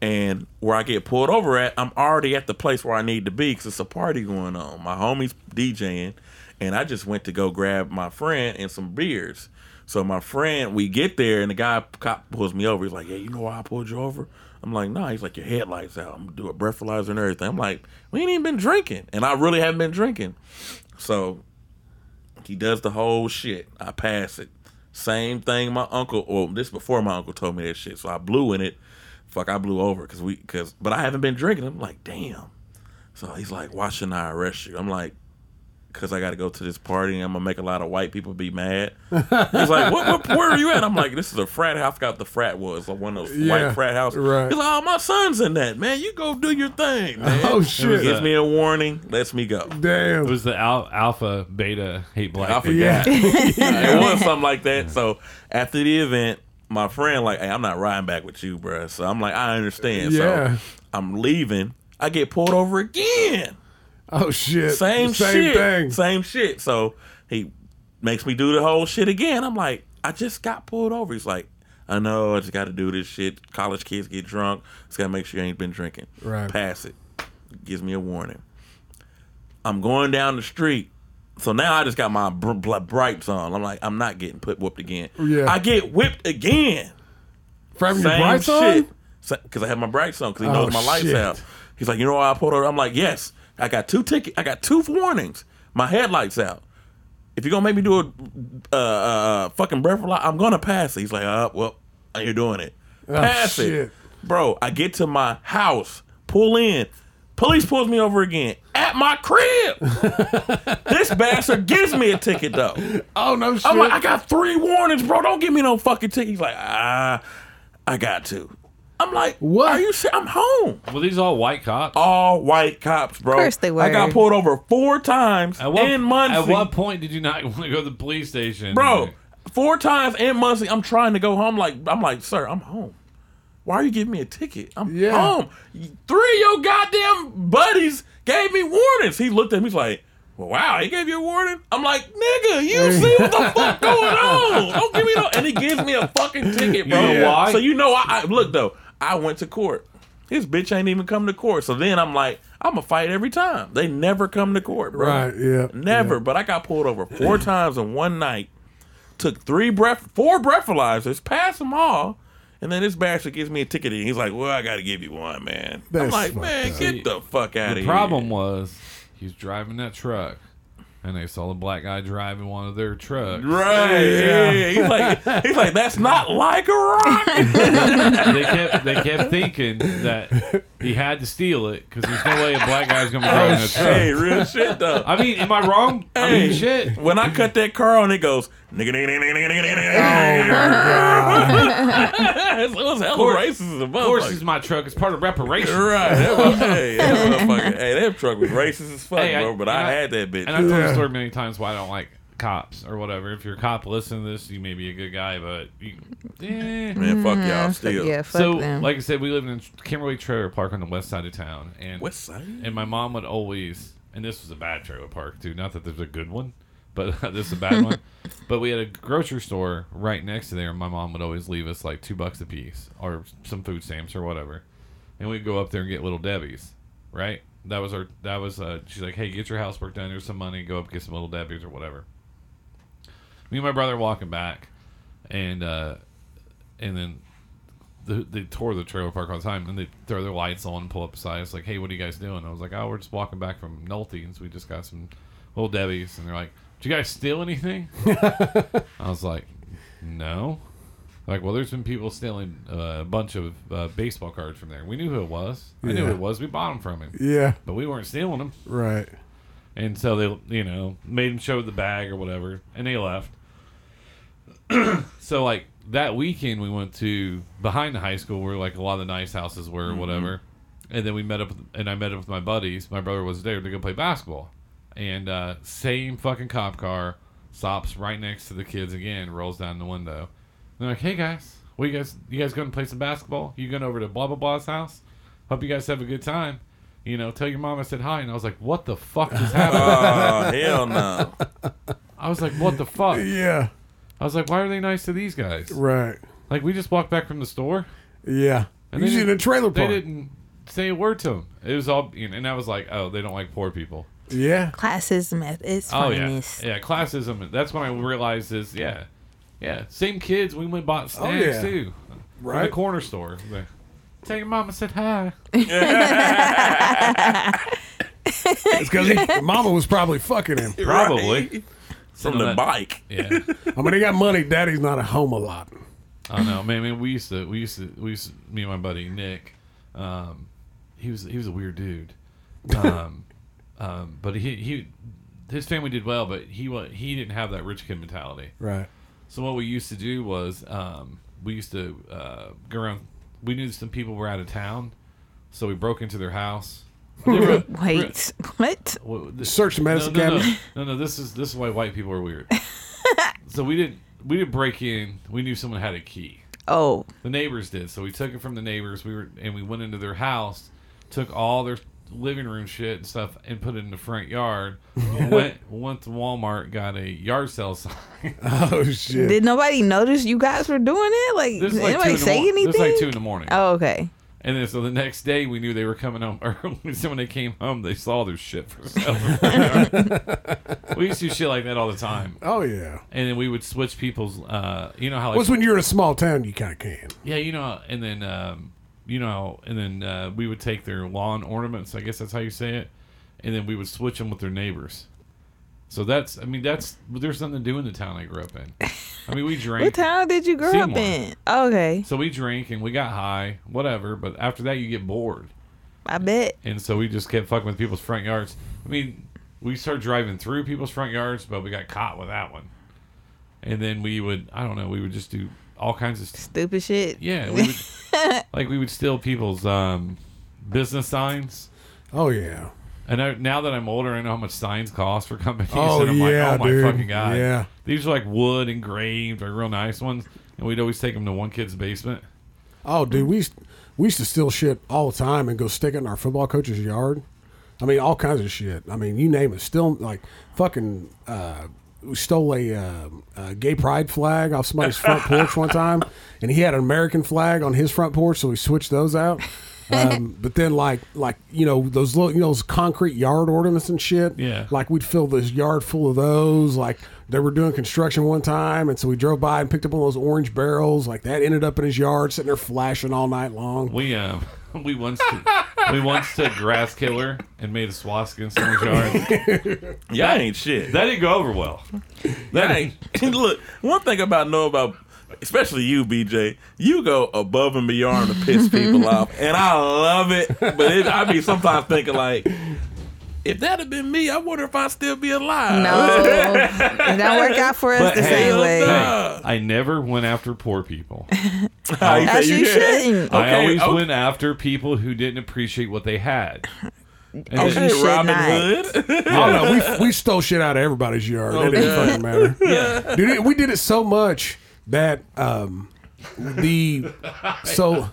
And where I get pulled over at, I'm already at the place where I need to be because it's a party going on. My homie's DJing, and I just went to go grab my friend and some beers. So my friend, we get there, and the guy cop pulls me over. He's like, "Yeah, you know why I pulled you over?" I'm like, "Nah." He's like, "Your headlights out. I'm gonna do a breathalyzer and everything." I'm like, "We ain't even been drinking," and I really haven't been drinking. So he does the whole shit. I pass it. Same thing my uncle or this before my uncle told me that shit. So I blew in it. Fuck, I blew over because we because but I haven't been drinking. I'm like, damn. So he's like, why shouldn't I arrest you? I'm like, because I got to go to this party and I'm gonna make a lot of white people be mad. he's like, what, what? Where are you at? I'm like, this is a frat house. I forgot what the frat was like one of those
Yeah,
white frat houses.
right.
He's like, oh, my son's in that man. You go do your thing, man.
(laughs) Oh
was
shit.
Gives me a warning. Lets me go.
Damn.
It was the al- alpha beta hate black.
I forgot.
yeah.
it was something like that. So after the event, my friend like, hey, I'm not riding back with you, bruh. So I'm like, I understand.
Yeah.
So I'm leaving. I get pulled over again.
(laughs) Oh shit.
Same,
The same
shit.
thing.
Same shit. So he makes me do the whole shit again. I'm like, I just got pulled over. He's like, I know, I just got to do this shit. College kids get drunk. Just got to make sure you ain't been drinking.
Right.
Pass it. Gives me a warning. I'm going down the street. So now I just got my br- br- brights on. I'm like, I'm not getting put whipped again.
Yeah.
I get whipped again.
From your
Same
brights on?
shit. Because I had my brights on because he
Oh,
knows my lights
shit.
out. He's like, you know why I pulled over? I'm like, yes. I got two ticket. I got two warnings. My headlights out. If you're gonna make me do a uh, uh, fucking breathalyzer, I'm gonna pass it. He's like, uh, well, you're doing it. Pass it,
Oh, shit.
bro. I get to my house, pull in. Police pulls me over again at my
(laughs)
crib. this bastard gives me a ticket though.
Oh no shit.
I'm like, I got three warnings, bro. Don't give me no fucking ticket. He's like, ah, I got to. I'm like, what? Are you? ser- I'm home.
Were these all white cops?
All white cops, bro. Of
course they were.
I got pulled over four times
At what,
in Muncie,
at what point did you not want to go to the police station?
bro. Four times in Muncie. I'm trying to go home. Like, I'm like, sir, I'm home. Why are you giving me a ticket? I'm
Yeah.
home. Three of your goddamn buddies gave me warnings. He looked at me. He's like. Well, wow, he gave you a warning. I'm like, nigga, you see what
(laughs)
the fuck going on? Don't give me no. And he gives me a fucking ticket, bro.
You know why?
So you know, I, I look though. I went to court. His bitch ain't even come to court. So then I'm like, I'm gonna fight every time. They never come to court, bro.
Right, yeah,
(laughs) Never. But I got pulled
(clears throat)
over four times in one night. Took three breath, four breathalyzers, passed them all, and then this bastard gives me a ticket. And he's like, "Well, I got to give you one, man." I'm
That's
like,
fucked
"Man,
up.
get the fuck out of
The
here."
problem was he was driving that truck, and they saw the black guy driving one of their trucks.
Right, yeah. He's like, he's
(laughs)
like, that's not like a rock.
they kept they kept thinking that He had to steal it because there's no way a black guy's gonna be driving a truck.
hey, real shit though.
I mean, am I wrong? I mean, shit.
When I cut that car on, it goes nigga nigga nigga nigga nigga
Oh,
nigga. nigga." It was hella racist. Of
Of Oh, course, it's my truck. It's part of reparations.
Right. That was, hey, that
(laughs)
motherfucker. Hey, that truck was racist as fuck,
Hey, I-
bro. But I,
and I-
had that bitch.
And I've told the story many times why I don't like cops or whatever. If you're a cop, listen to this. You may be a good guy, but you, eh.
Man, fuck y'all.
Mm-hmm. Fuck-
Still.
yeah, fuck
so,
them.
like I said, we lived in Kimberly Trailer Park on the west side of town, and
West side.
and my mom would always, and this was a bad trailer park too. Not that there's a good one, but (laughs) this is a bad one. But we had a grocery store right next to there, and my mom would always leave us like two bucks a piece or some food stamps or whatever, and we'd go up there and get little Debbie's, right? That was our. That was. Uh, she's like, hey, get your housework done. Here's some money. Go up and get some little Debbie's or whatever. Me and my brother walking back, and uh, and then the, they tore the trailer park all the time, and they throw their lights on and pull up beside us, like, "Hey, what are you guys doing?" I was like, "Oh, we're just walking back from Nolteens. We just got some little Debbie's," and they're like, "Did you guys
(laughs)
steal anything?" I was like, "No." Like, well, there's been people stealing uh, a bunch of uh, baseball cards from there. We knew who it was. I knew who
Yeah.
it was. We bought them from him,
Yeah.
but we weren't stealing them.
Right.
And so they, you know, made him show the bag or whatever, and they left. so like that weekend, we went to behind the high school where like a lot of the nice houses were, or whatever. And then we met up, with- and I met up with my buddies. My brother was there to go play basketball, and uh, same fucking cop car stops right next to the kids again, rolls down the window. They're like, "Hey guys, what you guys? You guys going to play some basketball? You going over to blah blah blah's house? Hope you guys have a good time. You know, tell your mom I said hi." And I was like, "What the fuck just happened?"
(laughs) Oh hell
(laughs)
no.
I was like, "What the fuck?"
Yeah.
I was like, "Why are they nice to these guys?
Right.
Like, we just walked back from the store.
Yeah.
And
He's
they
in a
didn't-
trailer
They
park.
didn't say a word to them. It was all, and I was like, "Oh, they don't like poor people."
Yeah.
Classism at its
Oh yeah,
finest.
yeah, classism. That's when I realized is yeah, yeah. Same kids. We went and bought snacks
Oh, yeah.
too, From the
Right.
corner store. Like, Tell your mama
(laughs)
said hi.
It's
(laughs)
because Mama was probably fucking him.
Probably.
From the
that-
bike.
Yeah.
I mean, they got money. Daddy's not at home a lot.
I don't know, man. man, we used to, we used to, we used to, me and my buddy Nick. Um, he was, he was a weird dude. Um, (laughs) um, but he, he, his family did well, but he wa he didn't have that rich kid mentality.
Right.
So what we used to do was um, we used to uh, go around. We knew some people were out of town, so we broke into
(laughs)
their house. They were-
Wait, (laughs) what?
well, th-
Search the medicine
no, no,
cabinet.
No, no, no, this is this is why white people
(laughs)
are weird. so we didn't we didn't break in. We knew someone had a key.
Oh,
The neighbors did. So we took it from the neighbors. We were and we went into their house, took all their living room shit and stuff, and put it in the front yard. went went to Walmart, got a yard sale sign. (laughs)
(laughs) Oh shit.
did nobody notice you guys were doing it? Like,
This
did
is like two
anybody
in the
say
mor- This
anything?
is like two in the morning.
oh, okay.
And then so the next day we knew they were coming home (laughs) early. So when they came home, they saw their shit for
(laughs)
we used to do shit like that all the time.
oh yeah.
And then we would switch people's. Uh, you know how like
What's when you're in a small town, you kind of can.
yeah, you know, and then um, you know, and then uh, we would take their lawn ornaments. I guess that's how you say it. And then we would switch them with their neighbors. So that's, I mean, that's there's nothing to do in the town I grew up in. I mean, we
(laughs)
drank.
What town did you grow up
Seymour.
in? Okay,
So we drank and we got high, whatever. But after that, you get bored.
I bet.
and so we just kept fucking with people's front yards. I mean, we started driving through people's front yards, but we got caught with that one. And then we would, I don't know, we would just do all kinds of st-
Stupid shit.
yeah, we would, like we would steal people's um, business signs.
Oh yeah.
And I, now that I'm older, I know how much signs cost for companies.
Oh,
and I'm
yeah,
like, oh my
dude.
fucking god,
Yeah.
These are like wood engraved, like real nice ones. And we'd always take them to one kid's basement.
Oh dude, we used, we used to steal shit all the time and go stick it in our football coach's yard. I mean, all kinds of shit. I mean, you name it. Still like fucking. Uh, we stole a, uh, a gay pride flag off somebody's front porch one time, and he had an American flag on his front porch, so we switched those out. Um, but then, like, like you know, those little, you know, those concrete yard ornaments and shit.
Yeah.
Like like we'd fill this yard full of those like they were doing construction one time and so we drove by and picked up one of those orange barrels like that ended up in his yard sitting there flashing all night long
We um (laughs) we once we once took grass killer and made a swastika in someone's yard.
Y'all ain't shit.
That didn't go over well.
(laughs) That ain't. Look, one thing about know about especially you, BJ. You go above and beyond to
(laughs)
piss people off, and I love it. But it, I be sometimes thinking like, if that had been me, I wonder if I'd still be alive.
No, it don't work out for us
But
the
hey,
same way.
look,
Hey, I never went after
(laughs)
poor people.
How you say
As you
you did?
shouldn't.
Okay,
I always
okay.
went after people who didn't appreciate what
(laughs)
they had. And
As
then-
Okay,
Oh, you
Oh,
should
Robin
not.
Hood. (laughs)
Oh, no, we, we stole shit out of everybody's yard. it didn't
yeah.
fucking matter. Dude, it- we did it so much that um, the so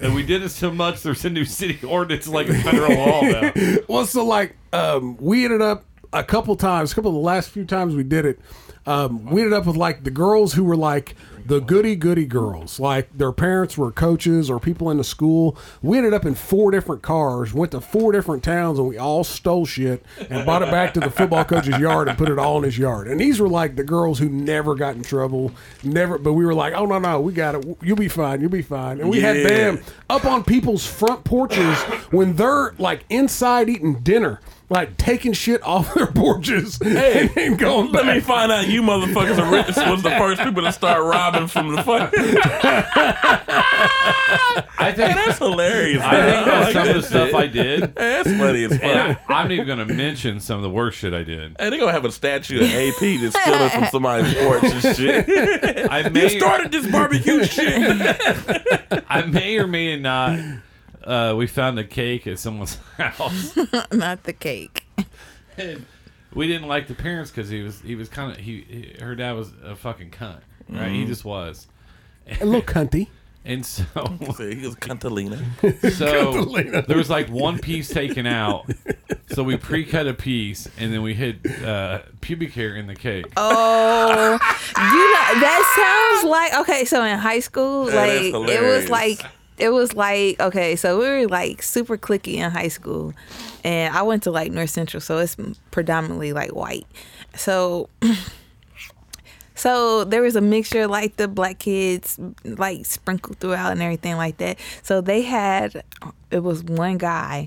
and we did it so much. There's a new city ordinance like a federal
(laughs)
law now.
well, so like um, we ended up a couple times, a couple of the last few times we did it, um, we ended up with like the girls who were like the goody goody girls, like their parents were coaches or people in the school. We ended up in four different cars, went to four different towns, and we all stole shit and brought it back to the football coach's yard and put it all in his yard. And these were like the girls who never got in trouble, never. But we were like, oh no no, we got it, you'll be fine, you'll be fine. And we
Yeah.
had them up on people's front porches when they're like inside eating dinner, like taking shit off (laughs) their porches and, then going
Let me
back.
find out you motherfuckers are rich was the first people to start robbing from the fuck.
I
(laughs)
think,
That's hilarious.
I think
man. I like
that's some of
that
the stuff
shit.
I
(laughs)
did.
That's funny as
And
fuck.
I, I'm not even going to mention some of the worst shit
(laughs)
I did.
Hey, they're gonna have a statue of AP that's stealing from somebody's porch and
(laughs)
shit.
I
You
may,
started this barbecue shit.
I may or may not. Uh, we found a cake at someone's (laughs) house.
Not the cake.
(laughs) we didn't like the parents because he was he was kind of he, he her dad was a fucking cunt, right?
Mm-hmm.
He just was,
A little cunty.
and
(laughs)
so
See, he was Cantalina.
so there was like one piece taken out. So we pre-cut a piece and then we hid uh, pubic hair in the cake.
Oh, you know that sounds like okay. So in high school,
Yeah, that's
like it
hilarious.
was like it was like okay. So we were like super clicky in high school, and I went to like North Central, so it's predominantly like white. So. So there was a mixture of, like the black kids like sprinkled throughout and everything like that. So they had it was one guy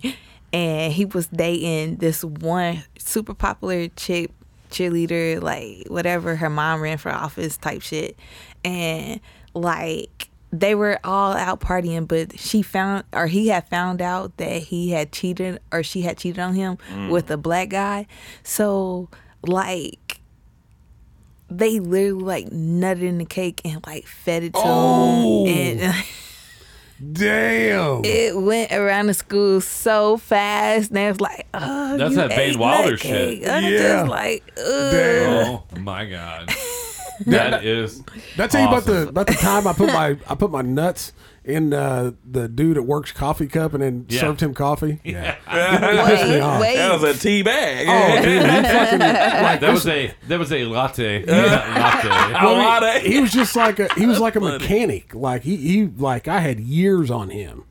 and he was dating this one super popular chick cheerleader like whatever her mom ran for office type shit and like they were all out partying but she found or he had found out that he had cheated or she had cheated on him with a black guy so like they literally like nutted in the cake and like fed it to
Oh.
him and (laughs)
Damn.
it went around the school so fast and it was like oh
That's
you
that Van
ate
Wilder
that
shit.
cake. i'm
Yeah.
just like Ugh.
Damn.
Oh my god, that is.
Did I tell you about the
Awesome.
about the time I put my I put my nuts in uh, the dude at work's coffee cup and then
Yeah.
served him coffee? Yeah. pissed me
wait
off.
(laughs)
wait
That was a tea bag. (laughs)
Oh, dude, he fucking like
That was a that was a latte. latte.
a lot of
he was just like a he was like a mechanic. Like he, he like I had years on him,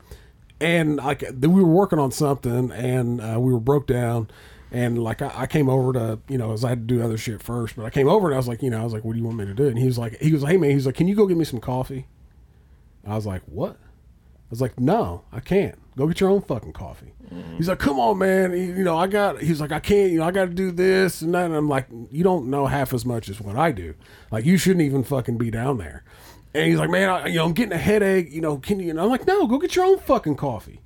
and like th- we were working on something, and uh, we were broke down, and like I, I came over to you know as I had to do other shit first, but I came over and I was like you know I was like what do you want me to do? And he was like he was like hey man he was like can you go get me some coffee? I was like what? I was like, no, I can't. Go get your own fucking coffee. He's like, come on, man. You you know, I got. He's like, I can't. You know, I got to do this and that. And I'm like, you don't know half as much as what I do. Like, you shouldn't even fucking be down there. And he's like, man, I, you know, I'm getting a headache. You know, can you? And I'm like, no, go get your own fucking coffee.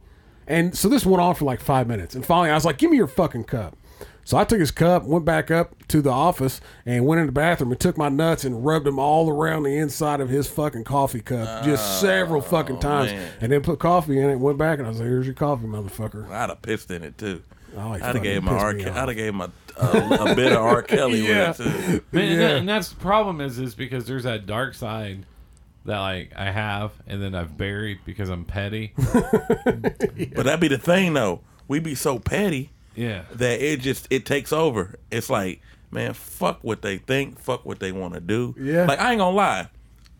And so this went on for like five minutes. And finally, I was like, give me your fucking cup. So I took his cup, went back up to the office, and went in the bathroom and took my nuts and rubbed them all around the inside of his fucking coffee cup just several fucking times.
man.
And then put coffee in it, went back, and I was like, here's your coffee, motherfucker.
(laughs) I'd have pissed in it too.
Oh, he
I'd have
fucking
gave him a
pissed
R.
me
Ke- I'd
off.
have gave him a, a, a bit of R. Kelly
(laughs)
with it (laughs) too.
Man, and, that- and that's the problem is is because there's that dark side that like I have and then I've buried because
(laughs)
I'm petty.
But that'd be the thing though. We be so petty
Yeah.
that it just it takes over. It's like, man, fuck what they think, fuck what they want to do.
Yeah.
Like I ain't gonna lie,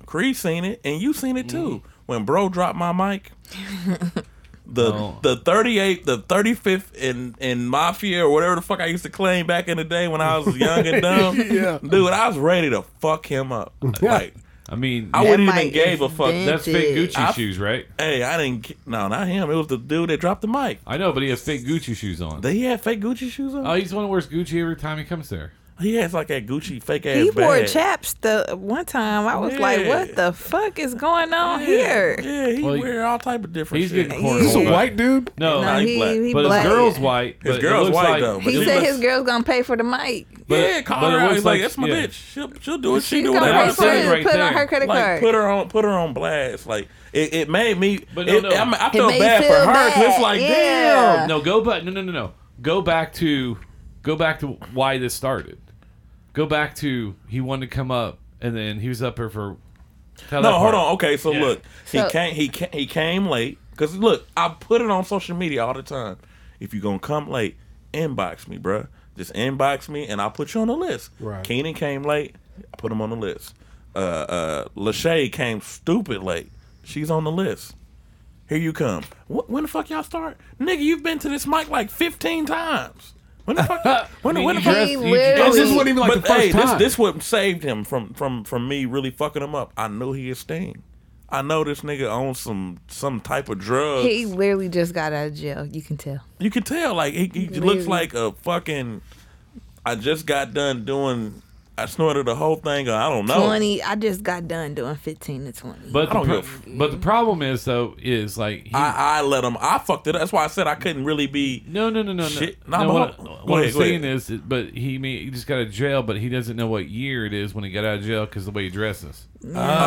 Cree seen it and you seen it too. When bro dropped my mic, the
Oh.
the thirty eighth, the thirty fifth in in mafia or whatever the fuck I used to claim back in the day when I was young and dumb.
Yeah.
dude, I was ready to fuck him up. Like
I mean,
I wouldn't even
mic
gave a
is
fuck.
bent.
That-
that's big Gucci
I-
shoes, right?
hey, I didn't. ki- No, not him. It was the dude that dropped the mic.
I know, but he has fake Gucci shoes on.
They had fake Gucci shoes on.
oh, he's the one who wears Gucci every time he comes there.
He has like that Gucci fake ass.
He wore
bag.
chaps the one time. I was like,
Yeah.
"What the fuck is going on
Oh, Yeah,
here?"
Yeah, he
Well, he-
wear all type of different.
he's
shit.
getting
Yeah.
cornered.
This is a
Right.
white dude.
No,
No,
Oh, he
he,
black.
he
but
black.
his girl's white. but it
girl's
looks
white,
like-
though, but
He
it
said
looks-
his girl's gonna pay for the mic.
but-
yeah, call
but it
her out.
looks
He's like,
like-
that's my
yeah.
bitch. She'll she'll do what she
She's
do.
gonna
That's what
pay
I'm
for
saying.
it.
right
put it on
there.
her credit
Like
card.
put her on, put her on blast. Like it, it made me.
But no,
it-
no.
I, mean, I
It
felt
made you
bad for
feel
her because it's
bad.
like,
Yeah.
damn.
No, go back. No, no, no, no. Go back to, go back to why this started. Go back to he wanted to come up, and then he was up here for. tell
No,
that
hold
part.
on. Okay, so
Yeah.
look, he
So-
came, he came, he came late. Cause look, I put it on social media all the time. If you gonna come late, inbox me, bruh. Just inbox me, and I'll put you on the list.
Right.
Keenan came late. I put him on the list. Uh, uh, Lachey came stupid late. She's on the list. Here you come. Wh- when the fuck y'all start, nigga? You've been to this mic like fifteen times. When the
(laughs)
fuck? when,
I
the
mean,
when the
you
fuck?
dressed-
He
you
literally-
Oh,
But
this
Really?
wasn't even like the first
hey, this
time.
this what saved him from from from me really fucking him up. I knew he esteemed. I know this nigga owns some some type of drugs.
He literally just got out of jail. You can tell.
you can tell, like he, he looks like a fucking. I just got done doing. I snorted the whole thing. Or I don't know.
Twenty. I just got done doing fifteen to twenty.
But
I
the
don't
pro-
give mm-hmm.
but the problem is though is like he,
I, I let him. I fucked it. up. That's why I said I couldn't really be.
no no no no
Shit.
no.
Nah,
no
but
what,
hold on.
what
Go
I'm
ahead, go
saying
ahead.
is, that- but he may, he just got out of jail, but he doesn't know what year it is when he got out of jail because the way he dresses.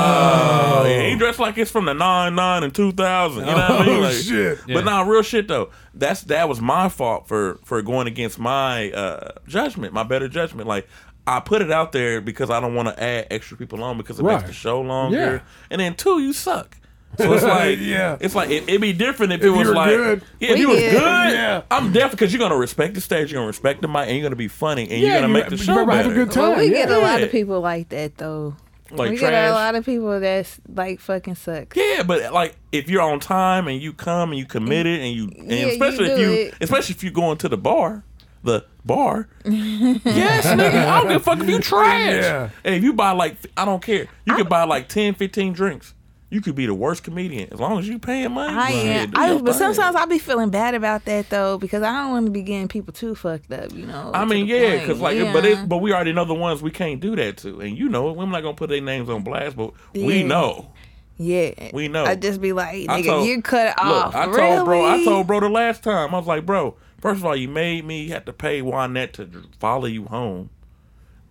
Oh, yeah, he dressed like it's from the nine nine and two thousand. You know what I mean?
Oh,
Like-
shit.
Yeah.
But nah, real shit though. That's that was my fault for for going against my uh judgment, my better judgment. Like I put it out there because I don't want to add extra people on because it makes
Right.
the show longer.
Yeah.
And then two, you suck. So
(laughs)
it's like,
Yeah.
it's like it, would be different if,
If
it was
you were
like,
good.
yeah, if
We
you was
did.
good,
Yeah.
I'm definitely because you're gonna respect the stage, you're gonna respect the mic, and you're gonna be funny, and you're gonna make the show
remember,
better.
Have a good time.
Well, we
yeah.
get a lot
Yeah.
of people like that though.
Like
we get
trash.
a lot of people that's like fucking sucks.
Yeah, but like if you're on time and you come and you committed and you, and
Yeah, you
especially if
do
you,
it.
especially if you going to the bar, the bar.
(laughs)
yes, nigga, I don't give a fuck if you trash.
Yeah.
And if you buy like, I don't care. You could buy like 10, 15 drinks. You could be the worst comedian as long as you paying money.
I am.
shit, do
I,
your
but
thing.
sometimes I be feeling bad about that though because I don't want to be getting people too fucked up. You know.
I
to
mean,
the
yeah,
point.
because like,
Yeah.
but it, but we already know the ones we can't do that to, and you know it. We're not gonna put their names on blast, but we
Yeah.
know.
yeah,
we know.
I just be like,
I
nigga,
told-
you cut off.
Look, I
Oh, really?
told bro, I told bro the last time. I was like, bro, first of all, you made me have to pay Wynette to dr- follow you home,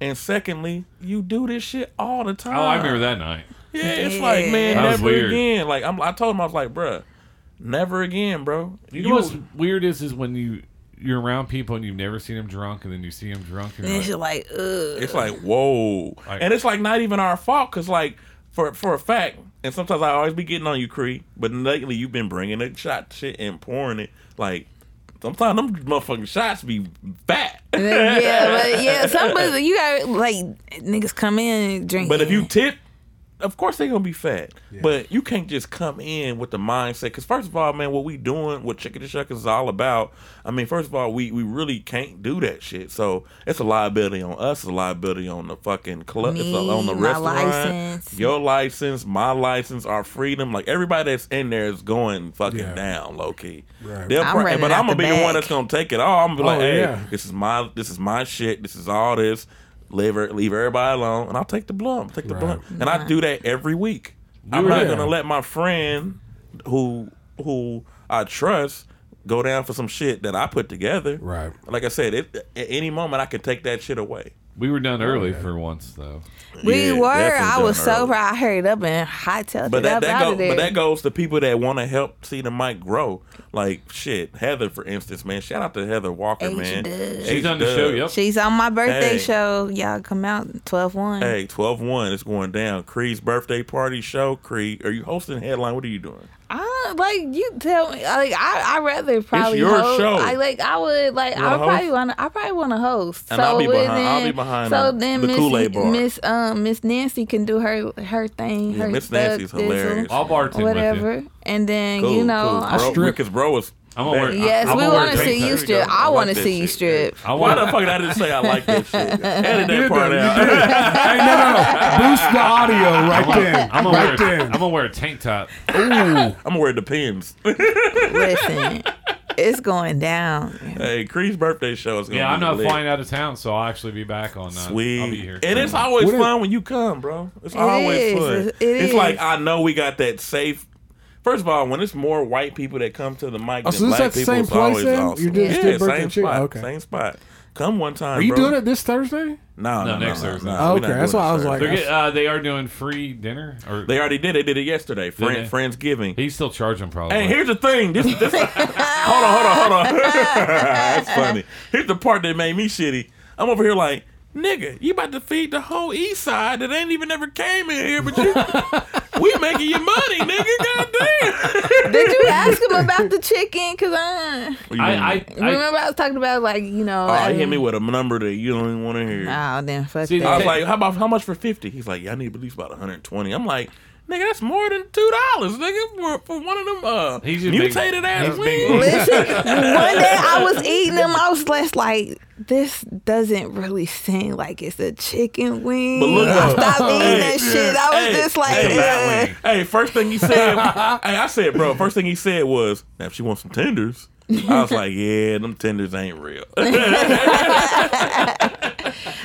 and secondly, you do this shit all the time.
Oh, I remember that night.
Yeah, it's like man,
That was
never
weird.
again. Like I'm, I told him, I was like, bro, never again, bro.
You, know what's weird is is when you you're around people and you've never seen them drunk, and then you see them drunk. And
And it's
you're (laughs) like,
just like,
(laughs)
ugh.
It's like whoa,
Like-
and it's like not even our fault because like for for a fact, and sometimes I always be getting on you, Cree, but lately you've been bringing that shot shit and pouring it. Like sometimes them motherfucking shots be fat.
yeah, but yeah, some but you got like niggas come in and drink.
But if you tip, of course they're gonna be fat. But you can't just come in with the mindset because first of all, man, what we doing, what Chicken and Shuckers is all about. I mean, first of all, we we really can't do that shit. So it's a liability on us. It's a liability on the fucking club. it's a,
Me,
on the
my
restaurant.
license.
Your license, my license, our freedom. Like everybody that's in there is going fucking
Yeah.
down, low key.
Right.
They'll
I'm
pro-
running
but
out
I'm gonna
the
be the one
back.
that's gonna take it all. I'm gonna be like,
Oh,
hey,
yeah.
this is my this is my shit. This is all this. Leave her, leave everybody alone, and I'll take the blunt. Take the
Right.
blunt, and I do that every week. I'm
Yeah.
not gonna let my friend, who who I trust, go down for some shit that I put together.
Right.
Like I said, it, at any moment I can take that shit away.
we were done early for once though.
we
Yeah,
were,
definitely
I was
done early.
sober. I hurried up and high tailed
But
it
that,
up
that
out
go,
of there.
but that goes to people that want to help see the mic grow. Like shit, Heather for instance, man. Shout out to Heather Walker,
H
man.
Dub.
H
She's on the show.
Dub.
Yep.
She's on my birthday
Hey.
show. Y'all come out twelve one.
Hey, 12 1 is going down. Creed's birthday party show. Creed, are you hosting headline? What are you doing?
I like you tell me like I I rather probably
your
host.
show.
I like I would like
You
I
wanna
would probably
host?
want to I probably want to host.
And I'll be
with
behind- I'll be behind
So
on
then
the Kool-Aid
Miss
bar.
Miss um Miss Nancy can do her her thing.
Yeah,
her
Miss
thug
Nancy's
thizzle,
hilarious.
I'll bartend with you.
Whatever, and then
Cool,
you know. I-
cool. Bro,
strip.
because bro is.
I'm gonna wear-
Yes,
I'm
we
gonna wear
want to
tank
see you
top.
There you
strip.
go.
I,
I like
want to
that
see you
shit.
strip.
I
Why
want
the fuck did I just say I like this
(laughs)
shit? Edit that
did
part out.
that. You hey, no, no, no. (laughs) Boost the audio right then.
I'm gonna wear.
right
a- I'm
then.
gonna wear a tank top.
I'm gonna wear the pins.
(laughs)
Listen, it's going down.
Hey, Cree's birthday show is gonna
Yeah,
be
I'm not
lit.
flying out of town, so I'll actually be back on that.
Sweet.
I'll be here.
And it's always
What if-
fun when you come, bro. It's always
is.
fun.
It
it's
is.
like I know we got that safe. First of all, when it's more white people that come to the mic
Oh,
than
so this
black
at the
people,
same
it's
place
always
then?
awesome.
You're doing
yeah,
Steve Burke
same
and shit?
spot.
Okay.
Same spot. Come one time.
Are you
bro.
doing it this Thursday?
No, no,
No, next
no,
Thursday.
no,
Oh,
we're not
okay. That's
doing
why I
it
was like-
They're get, uh, they are doing free dinner. Or
They already did. it. They did it yesterday. Friend,
they?
friends giving.
he's still charging probably.
Hey, here's the thing. This, this, hold on, hold on, hold on. That's funny. Here's the part that made me shitty. I'm over here like, nigga, you about to feed the whole East Side that ain't even ever came in here, but you, we making your money, nigga. Goddamn.
Did you ask him about the chicken? Cause I
I, I,
remember I was talking about like you know.
oh,
I
he hit me with a number that you don't even want to hear.
Oh then fuck
See,
I (laughs)
that.
was like, how about how much for fifty? He's like, yeah, I need at least about 120. I'm like. Nigga, that's more than two dollars, nigga, for, for one of them uh,
He's just big-
mutated
he's
ass
big-
wings.
Listen, one day I was eating them. I was less like, this doesn't really seem like it's a chicken wing.
But look
I
up.
stopped eating
Hey,
that shit. I was
hey,
just like, eh.
hey,
"Ugh."
wing.
Hey, first thing he
(laughs)
said, hey, I said, bro, first thing he said was, now if she wants some tenders, I was like, yeah, them tenders ain't real. (laughs)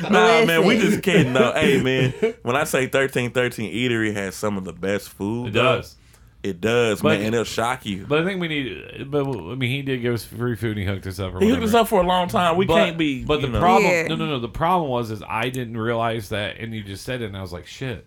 nah, man, we
Listen.
just kidding though. Hey, man, when I say thirteen thirteen Eatery has some of the best food,
it
bro,
does.
it does,
But-
man, and it'll shock you.
But I think we need. But I mean, he did give us free food. and He hooked us up. Or
He hooked
whatever.
us up for a long time. We
But,
can't be,
But
you
the
know.
problem.
Yeah.
No, no, no. The problem was is I didn't realize that, and you just said it, and I was like, shit.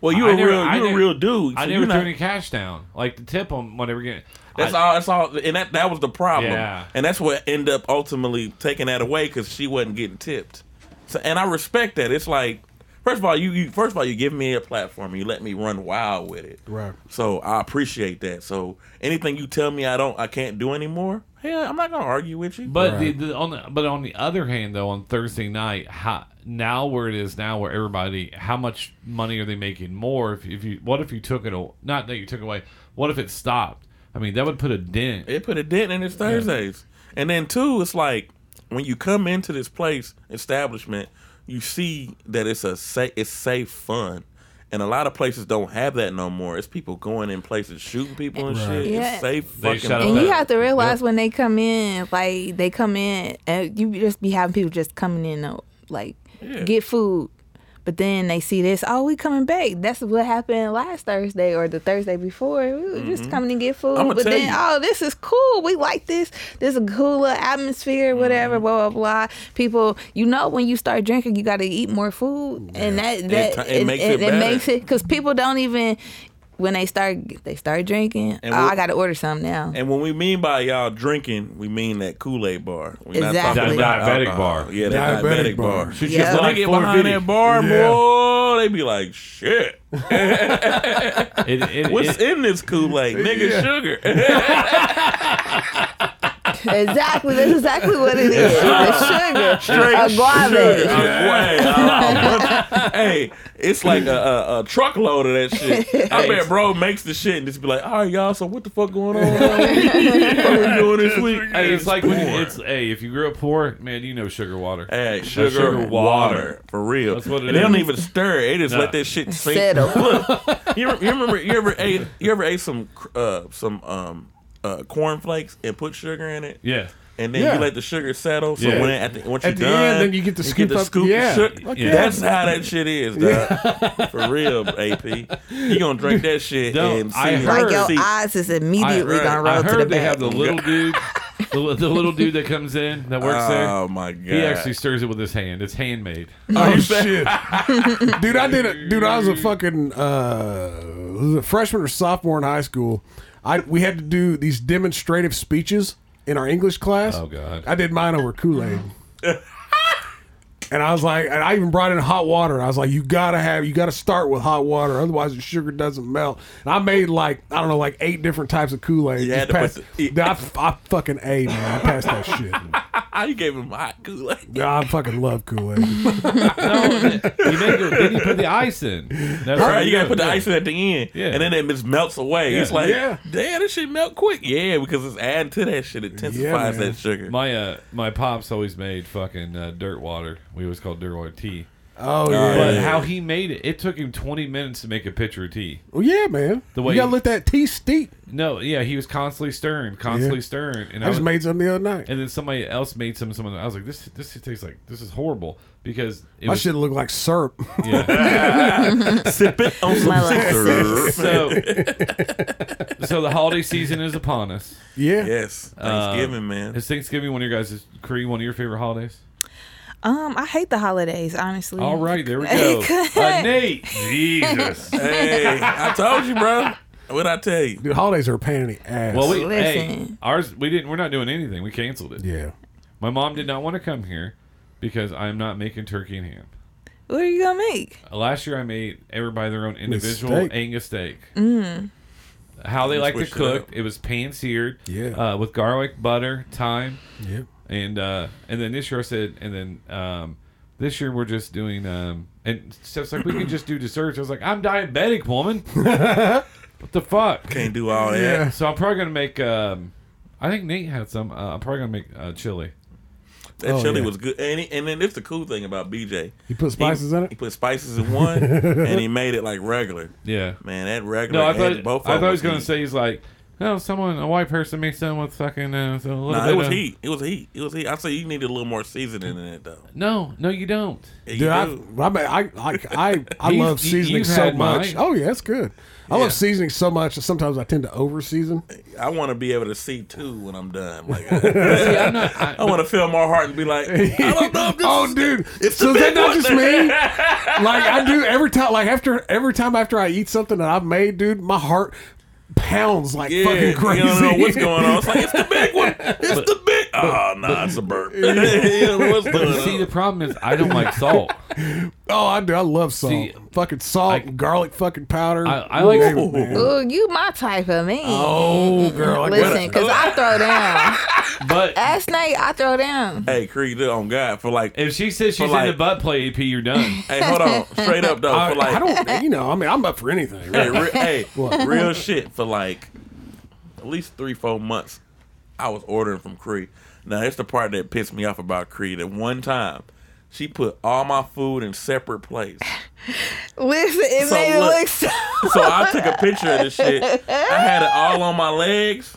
Well, you
I
a
never-
real,
I
you a
never-
real dude.
I
so
never
you're
threw
not-
any cash down, like to tip them whenever you get.
That's
I,
all. That's all. And that that was the problem.
Yeah.
And that's what ended up ultimately taking that away because she wasn't getting tipped. So, and I respect that. It's like, first of all, you, you first of all you give me a platform, and you let me run wild with it.
Right.
So I appreciate that. So anything you tell me I don't, I can't do anymore. Hell, I'm not gonna argue with you.
But
Right.
the, the, on the, but on the other hand, though, on Thursday night, how, now where it is now, where everybody, how much money are they making more? If, if you, what if you took it, a- not that you took away, what if it stopped? I mean, that would put a dent.
it put a dent in his Thursdays. And then two, it's like when you come into this place establishment, you see that it's a safe, it's safe fun. And a lot of places don't have that no more. It's people going in places shooting people and shit.
Yeah.
It's safe
They
fucking
shut
fun.
up
And you
that.
have to realize when they come in, like they come in, and you just be having people just coming in, to, like get food. But then they see this, oh, we coming back. That's what happened last Thursday or the Thursday before. We were just coming to get food.
Mm-hmm. I'ma
but
tell
then,
you.
oh, this is cool. We like this. This is a cooler atmosphere, whatever,
Mm-hmm.
blah, blah, blah. People, you know, when you start drinking, you got to eat more food. And that, that
ti- it makes it
it
better.
makes it, because people don't even, when they start, they start drinking,
And
oh,
we'll-
I got to order something now.
And when we mean by y'all drinking, we mean that Kool Aid bar. We're
Exactly.
That diabetic
alcohol.
bar.
Yeah, that diabetic,
Diabetic
bar.
bar.
Shoot
Yeah.
your
When they
block
get
full of
behind
video.
that bar,
Yeah.
boy, they be like, shit.
It,
(laughs)
it,
What's
it-
in this Kool
(laughs)
Aid? Nigga,
Yeah.
(laughs) sugar.
Exactly. That's exactly what it is. It's sugar.
Straight
A guava.
sugar. A guava. hey, um, it's like a, a, a truckload of that shit. I bet bro makes the shit and just be like, all right, y'all, so what the fuck going on? what we doing this (laughs) week?
Hey, it's like when you,
poor.
it's hey, if you grew up poor, man, you know sugar water.
Hey, sugar,
sugar
water.
water.
for real.
That's what it
and they don't
is.
even stir. it. They just
Nah.
let that shit sink.
Settle.
(laughs) Look, you, re- you remember you ever ate you ever ate some cr- uh, some um uh, cornflakes and put sugar in it?
Yeah.
and then
Yeah.
you let the sugar settle. So
Yeah.
when at the, once
At
you
the
done,
end, then you get to scoop up- yeah.
sugar.
Fuck
yeah.
That's how that shit is, dog. For real, AP. You gonna drink that shit
No,
and see
I
her-
Like your
see-
eyes is immediately
I-
gonna
I
roll
I
to the
heard they
back.
have the
(laughs)
little dude, the, li- the little dude that comes in that works
Oh my god!
there. He actually stirs it with his hand. It's handmade.
Oh shit, dude! I did it, dude. I was a fucking uh, was it freshman or sophomore in high school. I we had to do these demonstrative speeches in our English class.
Oh, God.
I did mine over Kool Aid, and I was like, and I even brought in hot water. And I was like, you gotta have, you gotta start with hot water, otherwise the sugar doesn't melt. And I made like I don't know, like eight different types of Kool Aid.
You had to put the-
I, f- I fucking ate, man. I passed that
(laughs)
shit.
I gave him hot Kool Aid.
Yeah, I fucking love Kool Aid.
Oh,
No, he made it. Then he put the ice in. That's
All
how
right, you gotta
do
put the
it.
ice in at the end,
Yeah.
and then it just melts away. It's like,
Yeah.
damn, this shit melt quick. Yeah, because it's adding to that shit. It intensifies
man.
that sugar.
My uh, my pops always made fucking uh, dirt water. We always called dirt water tea.
Oh
But
yeah,
how he made it, it took him 20 minutes to make a pitcher of tea.
well, yeah, man.
The way
you gotta
he-
let that tea steep.
No, yeah, he was constantly stirring, constantly stirring, and
I
I was,
just made some the other night.
and then somebody else made some. Someone I was like, this, this tastes like this is horrible because it
My
was.
shit looked like syrup. (laughs)
Yeah.
(laughs) Sip it on
My
some
last
syrup.
so, so the holiday season is upon us.
yeah.
Yes, Thanksgiving, man.
Is Thanksgiving one of your guys' Cree one of your favorite holidays?
Um, I hate the holidays, honestly.
All right, there we go. Uh, Nate, Jesus.
Hey, I told you, bro. What I tell you?
Dude, holidays are a pain in the ass.
Well, we hey,
Listen.
ours we didn't. We're not doing anything. We canceled it.
yeah.
My mom did not want to come here because I'm not making turkey and ham.
What are you gonna make?
Last year I made everybody their own individual
steak.
Angus steak. Mm. How they like to
switched it
cook.
up.
It, was pan seared.
Yeah.
Uh, with garlic, butter, thyme,
Yeah.
and uh, and then this year I said, and then um, this year we're just doing um, and Steph's like we can just do desserts. I was like, I'm
(laughs)
diabetic, woman. what the fuck?
Can't do all that.
Yeah.
So I'm probably gonna make. Um, I think Nate had some. Uh, I'm probably gonna make uh, chili.
That
Oh,
chili
yeah.
was good, and he, and then it's the cool thing about BJ.
You put spices
he,
in
He
it?
put spices in (laughs) one, and he made it like regular.
Yeah.
Man, that regular.
No, I
had
thought
both
I
of
thought he
us
was gonna
heat.
say he's like, no, someone a white person mixed in with fucking. Uh, so a little
Nah,
bit
it was
of-
heat. It was heat. It was heat. I say you needed a little more seasoning in it though.
No, no, you don't.
Yeah,
Dude,
you
I,
do.
I, mean, I, I, I,
(laughs)
I
You've-
love
you-
seasoning
you've
so
had
much.
mine.
Oh yeah, that's good. I
Yeah.
love seasoning so much that sometimes I tend to over season.
I want to be able to see too when I'm done. (laughs) Like
See,
I,
I'm not.
(laughs)
I,
want to feel my heart and be like, (laughs) I don't know.
(laughs)
(laughs) If this
oh,
is-
dude.
it's
so
the
is
big
that not
one. (laughs)
just me? like I do every time. Like after every time after I eat something that I've made, dude, my heart pounds like
Oh, Yeah,
fucking crazy.
You don't know what's
(laughs)
going on. It's like it's the big one. (laughs) It's the big. Oh, nah, it's a (laughs) burp. you don't know what's going
see,
on.
the problem is I don't like salt.
oh, I do. I love salt.
See,
fucking salt,
I-
garlic, fucking powder.
I- I like-
Name it, man.
Ooh, you my type of man.
Oh, girl. I got
Listen, cause I throw down.
But
Last night I throw down.
Hey, Creed, on God for like.
if she says she's
But like-
in the butt play EP, you're done.
Hey, hold
(laughs)
on. Straight up though,
I,
for like.
I don't, you know, I mean, I'm up for anything.
hey,
Right?
re- hey real shit. For like at least three, four months, I was ordering from Cree. Now that's the part that pissed me off about Cree. At one time, she put all my food in separate plates.
Listen, it
So
made
look-
it look so.
So I took a picture of this shit. I had it all on my legs.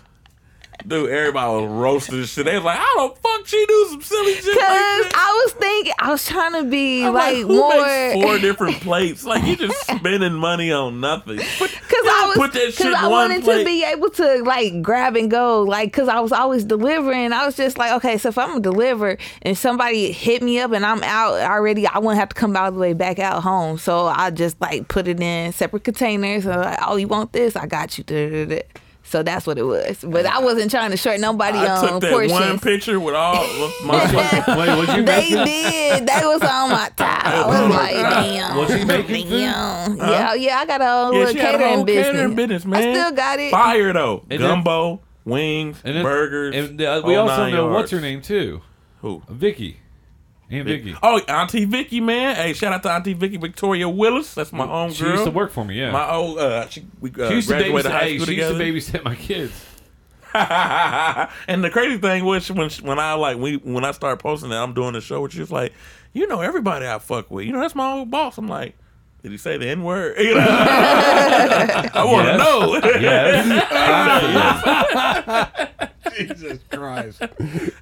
Dude, everybody was roasting this shit. They was like, "How the fuck she do some silly shit like
(laughs) Cause (laughs)
that?"
I was thinking, I was trying to be
I'm
like,
who
more.
makes four different plates? Like you just spending money on nothing. Put-
Cause I was,
put that shit
cause
in
I
one
wanted
plate.
to be able to like grab and go, like, cause I was always delivering. I was just like, okay, so if I'm gonna deliver and somebody hit me up and I'm out already, I wouldn't have to come all the way back out home. So I just like put it in separate containers. And like, oh, you want this? I got you. Da, da, da. So that's what it was. But I wasn't trying to short nobody
I
on
took that
portions.
one picture with all
(laughs)
of my.
Wait, would you
They
make that?
did. They was on
(laughs)
my top. I
Oh,
was like, damn.
Was she making food?
damn. Yeah, yeah, I got a own
Yeah,
little
she had her
catering
own
business.
catering business, man.
I still got it.
Fire though,
And then-
gumbo, wings,
And then-
burgers.
And uh, we
all
also
nine
know what's
yards.
her name too,
Who?
Vicky, Aunt Vicky.
Oh, Auntie Vicky, man. Hey, shout out to Auntie Vicky Victoria Willis. That's my home
She
girl.
used to work for me. Yeah.
My old, uh, she, we uh,
she used to
graduated
babysit.
high
hey,
school
she
together.
used to babysit my kids.
(laughs) and the crazy thing was she- when she- when I like we when I started posting that I'm doing the show, she was like, you know, everybody I fuck with, you know, that's my old boss. I'm like, did he say the n word? (laughs) You know? I want to
Yes.
know.
(laughs)
Yes.
Jesus Christ.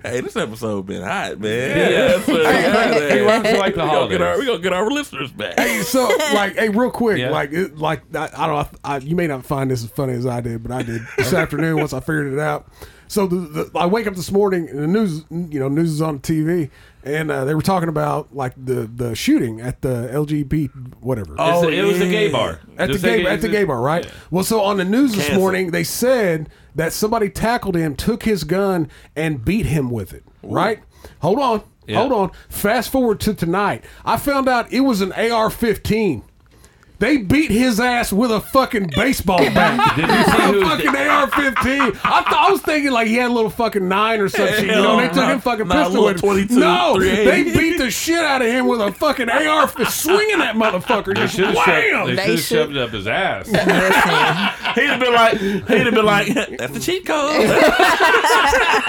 hey, this episode been hot, man.
Yeah.
That's what-
Hey, why don't you like
we
the
gonna get our
holidays?
we gonna get our listeners back.
Hey, so like, hey, real quick,
Yeah.
like, it, like I, I don't, I, you may not find this as funny as I did, but I did this afternoon once I figured it out. So the, the, I wake up this morning and the news, you know, news is on TV, and uh, they were talking about like the the shooting at the LGBT whatever.
It's a- it was a gay bar.
At the
Just like
gay,
it
at
was
the
a-
gay bar, right? Well, so on the news this
Cancel.
morning, they said that somebody tackled him, took his gun, and beat him with it. Right? Hold on,
Yeah.
hold on. Fast forward to tonight. I found out it was an AR-15. They beat his ass with a fucking baseball bat.
(laughs) Did you see
(laughs) A
who?
fucking AR-15. I, th- I was thinking like he had a little fucking nine or some shit. You know, they
Hell
took
no.
him fucking
Nah,
pistol.
little
with
22,
him. no,
380.
they beat the shit out of him with a fucking AR, f- swinging
(laughs)
that motherfucker.
They
Just
should have shoved,
wham!
they
They
should've
should-
shoved it up his ass.
He'd have been like, he'd have been like, (laughs) that's the cheat code.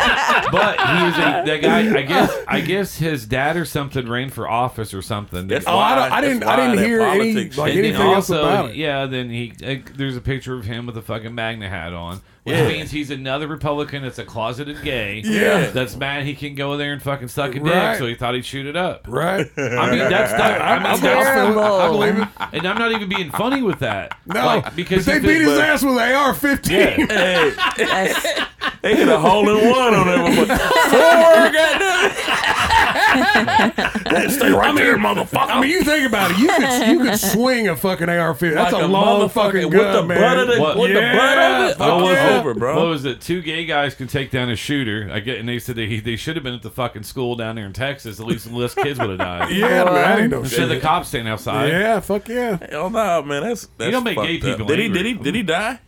(laughs)
But he was a, that guy. I guess I guess his dad or something ran for office or something.
That's
Oh, I don't- I
that's
didn't- I didn't
that
hear any,
politics
like,
shit.
And then
anything else
also,
about it.
yeah. Then he uh, there's a picture of him with a fucking magna hat on, which
Yeah.
means he's another Republican that's a closeted gay.
Yeah.
that's mad he can go in there and fucking suck a dick,
Right.
so he thought he'd shoot it
(laughs)
up.
Right.
I mean, that's not. I mean, that's,
Terrible.
I believe it.
and I'm not even being funny with that.
No, because
Like, because
they
if
beat
it-
his ass with an AR-15.
Yeah.
Hey,
That's-
(laughs) they hit a hole in one on everyone. Four, goddamn. Hey, Stay right there, motherfucker.
(laughs) I mean, you think about it. You could you could swing a fucking AR-15. That's
Like
a, long
motherfucking-
fucking gun,
with the
man.
butt of the,
What-
with the butt of
Yeah,
it.
fuck
Oh, it's
yeah.
over, bro.
What was it? Two gay guys can take down a shooter. I get, and they said they they should have been at the fucking school down there in Texas. At least less kids would have
(laughs)
died.
yeah, man, that ain't no
Instead of the
shit.
cops standing outside.
Yeah, fuck yeah.
Hell no, man. That's, that's
don't make
fucked
gay
up.
people
Did he?
angry.
Did he? Did he die?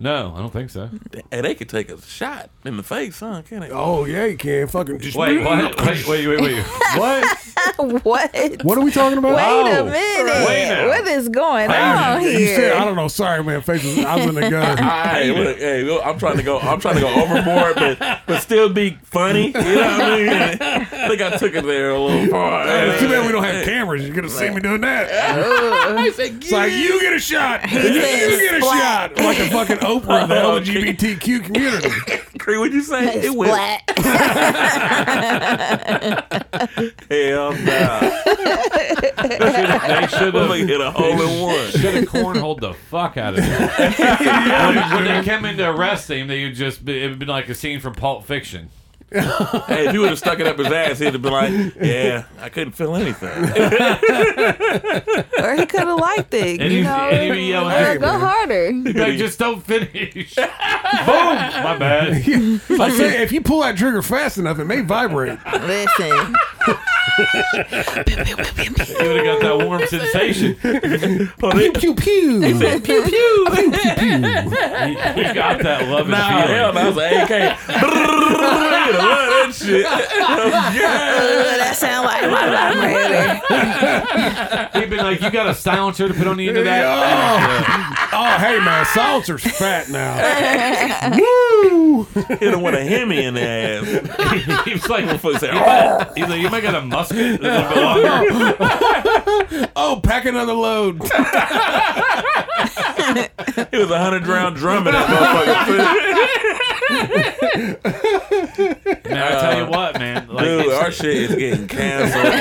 No, I don't think so.
Hey, they could take a shot in the face, huh? Can they?
Oh yeah, you can fucking just (laughs)
Wait, (laughs) what? Wait, wait, wait, wait.
What?
(laughs) what?
What are we talking about?
Wait a
Oh,
minute.
wait now.
what is going on
You said I
here?
don't know. Sorry, man. Faces. I was in the gun.
Hey, look, hey, look, I'm trying to go. I'm trying to go overboard, but but still be funny. You know what I mean? (laughs) I think I took it there a little far.
It's too bad we don't have cameras. You're gonna see me doing that.
Ugh.
It's like you get a shot. You
said
get a shot. Like a fucking Oprah of the
Oh,
LGBTQ community.
Cree, what'd you say? It went
Splat.
(laughs) hell nah.
They should
I'm gonna
have.
hit a hole in one.
Should have cornholed the fuck out
(laughs)
of him. when, when they came in to arrest him, they would just be, it would been like a scene from Pulp Fiction.
Hey, if you would have stuck it up his ass, he'd have been like, "Yeah, I couldn't feel anything."
(laughs) or he could have liked it.
And
you
he-
know?
and he yelled,
Uh,
"Hey,
go harder.
Like, just don't finish. Boom! My bad.
Like say, if you pull that trigger fast enough, it may vibrate.
Listen.
You would have got that warm sensation.
Pew pew pew.
pew pew.
You got that love and
Nah,
feeling.
hell, no, that was an (laughs) AK. Brrrr, love that shit.
Ugh, that sound (laughs) like my vibrator.
He'd been like, you got a silencer to put on the end of that?
Oh, oh, hey man, Salter's fat now. Woo!
Hit him with a Hemi in the ass.
(laughs) he was like,
Fuck, say, "Oh."
he's like, you might got a musket. It's a bit longer.
Oh, pack another load.
It was a hundred round drum in that motherfucker.
Man, I tell you what, man. Like,
Dude,
it's-
our shit is getting canceled. Like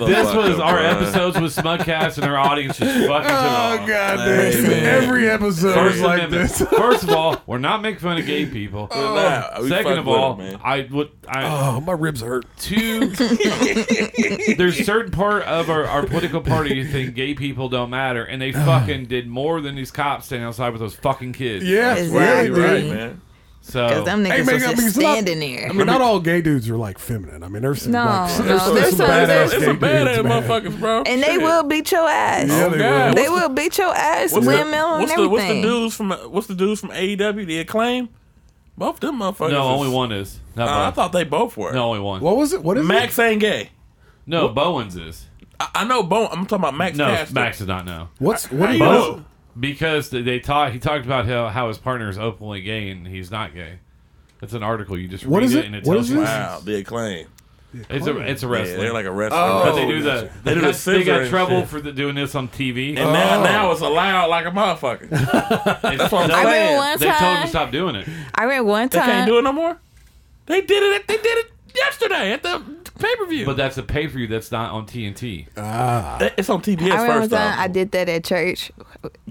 a motherfucker,
this was our
bruh.
episodes with Smugcast, and our audience is fucking to
Oh
the-
god
Hey,
damn.
man.
Every episode
First
is like
Amendment.
this.
First of all, we're not making fun of gay people.
Nah, Oh, we
Second
fucked
of
with
all,
it, man.
I would I
Oh, my ribs hurt.
two. there's certain part of our, our political party you think gay people don't matter, and they fucking did more than these cops standing outside with those fucking kids.
Yeah,
Is
yeah,
that
they
You're
do.
right,
Mm.
man.
So
Because them
Hey, man,
niggas was
I mean,
just
it's not-
standing there.
I mean, not all gay dudes are like feminine. I mean, there's some
No,
like,
no, Oh, there's some-
There's
badass
some
gay
badass
dudes, man.
motherfuckers, bro.
And they
Shit.
will beat your ass.
Yeah, they
God,
will.
They will beat your ass,
What's
windmill
the,
and
what's, the,
everything.
what's the dudes from What's the dudes from AEW? The acclaim. Both them motherfuckers.
no, only
is-
one is not
Uh, I
Bowen.
thought they both were.
No, only one.
What was it? What is
Max ain't gay.
no, Bowen's is.
I, I know. Bone. I'm talking about Max.
No,
Caster.
Max did not know.
it? What's
How
what do you
you
know?
know?
Because they- they talk, he talked about how, how his partner is openly gay and he's not gay. That's an article. You just
What
read
is it?
and it
What
tells
is
you.
this?
Wow, the acclaim.
It's a it's a
Yeah,
wrestling.
they're like a wrestler.
Oh.
But they do the
that. They
they,
do the
got, they
scissor
got
and
trouble
shit.
for the, doing this on TV.
And
Oh.
now, now it's allowed like a motherfucker. That's what I'm
I
saying.
remember one
they told him
time-
to stop doing it.
I read one
They can't do
time.
it no more. They did it. They did it yesterday at the pay per view.
But
But
that's a pay for you that's not
(laughs)
on TNT.
Ah,
it's on TBS
I remember one
first
time
off.
I did that at church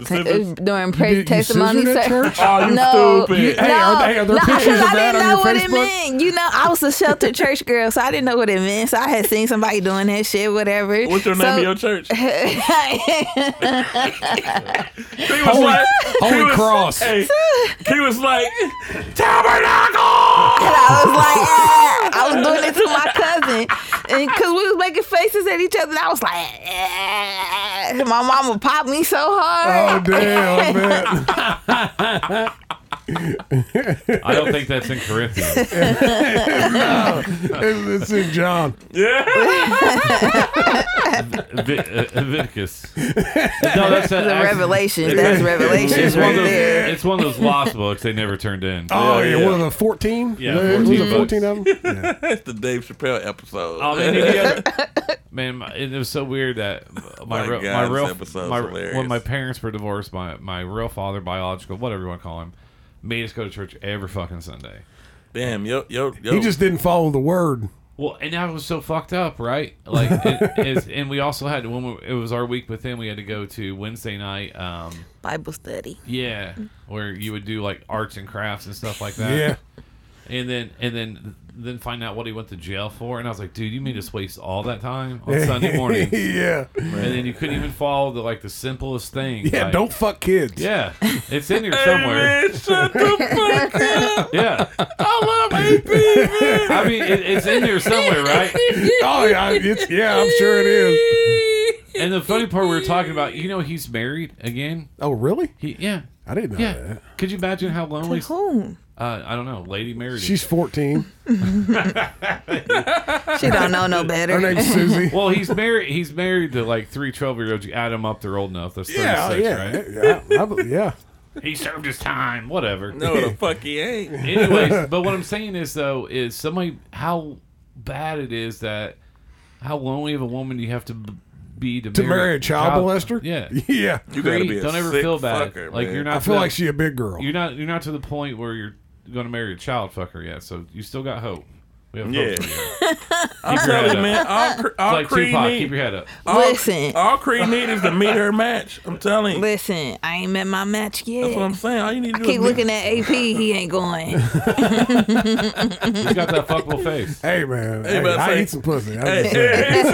Sisters?
during
You
praise
did- you
testimony
scissored at
service.
church?
(laughs)
Oh, you
No.
stupid!
Hey,
no,
are they- are there
no,
pictures
'cause
of that
I didn't
on
know
your
what it
Facebook?
meant. You know, I was a sheltered church girl, so I didn't know what it meant. So I had seen somebody doing that shit, whatever.
What's your name
(laughs) so,
of your church? He was
Holy,
like, he
Holy
was-
Cross.
Hey, he was like, Tabernacle. (laughs)
And I was like, ah! I was doing it to my cousin. running because we was making faces at each other. And I was like, "Eh." my mama popped me so
Oh
hard.
damn, man! (laughs)
I don't think that's in Corinthians.
It's, it's in John.
Vi- uh,
(laughs)
Leviticus. No, that's that
the
Acts-
revelation. That's revelations
It's one,
right
of those,
there.
it's one of those lost books they never turned in.
Oh
Yeah,
yeah, one
yeah.
of the fourteen.
Yeah,
was it
14 books.
fourteen of them. Yeah.
That's the Dave Chappelle episode.
Oh, man, did you ever- man, my- it was so weird that my
My
real,
God,
my
this
real,
episode's
my,
hilarious.
when my parents were divorced, my my real father, biological, whatever you want to call him, made us go to church every fucking Sunday.
(laughs) Damn, yo, yo, yo.
He just didn't follow the word.
Well, and I was so fucked up, right? Like,
(laughs)
it, is, and we also had when we, it was our week with him, we had to go to Wednesday night. Um,
Bible study.
yeah, where you would do like arts and crafts and stuff like that.
Yeah,
and then and then then find out what he went to jail for. And I was like, dude, you made us waste all that time
(laughs)
on Sunday morning,
(laughs)
and
yeah,
then you couldn't even follow the like the simplest thing.
yeah.
like-
Don't fuck kids.
Yeah, it's in here
(laughs) Hey,
somewhere.
man, shut
(laughs)
the fuck up.
Yeah,
(laughs) I love AP, man.
I mean, it, it's in here somewhere, right?
Oh yeah, it's, yeah. I'm sure it is.
And the funny part we were talking about, you know, he's married again.
Oh really?
He yeah.
I didn't know
Yeah,
that.
could you imagine how lonely? Uh,
Who?
I don't know. Lady married.
She's fourteen.
She don't know no
Her
better. (laughs)
name's Susie.
well, he's married. He's married to like three 12 year olds. You add them up, they're old enough. That's
yeah,
36,
Oh, yeah,
right?
yeah, I- I be-
(laughs)
yeah.
He served his time. Whatever.
No, the fuck he ain't.
Anyways, but what I'm saying is though is somebody how bad it is that how lonely of a woman you have to b- be to,
To marry a child molester.
Yeah,
(laughs) yeah.
You gotta be a
don't ever
sick
feel bad.
fucker,
like
man.
you're not.
I feel
to-
like she a big girl.
You're not. You're not to the point where you're going to marry a child fucker yet. So you still got hope. We have hope
Yeah.
for you. It's
I'm
your head
telling you,
up.
man. All, cre- all
like
Creed
Tupac.
need,
Keep your head up.
all,
Listen.
all Creed need is to meet her match. I'm telling you.
Listen, I ain't met my match
That's what I'm
yet.
saying. All you need to do
Keep
is
looking at AP. He ain't going.
You got that fuckable face.
Hey man, hey,
but I
I
say-
eat some pussy.
(laughs) Hey,
I just,
hey, he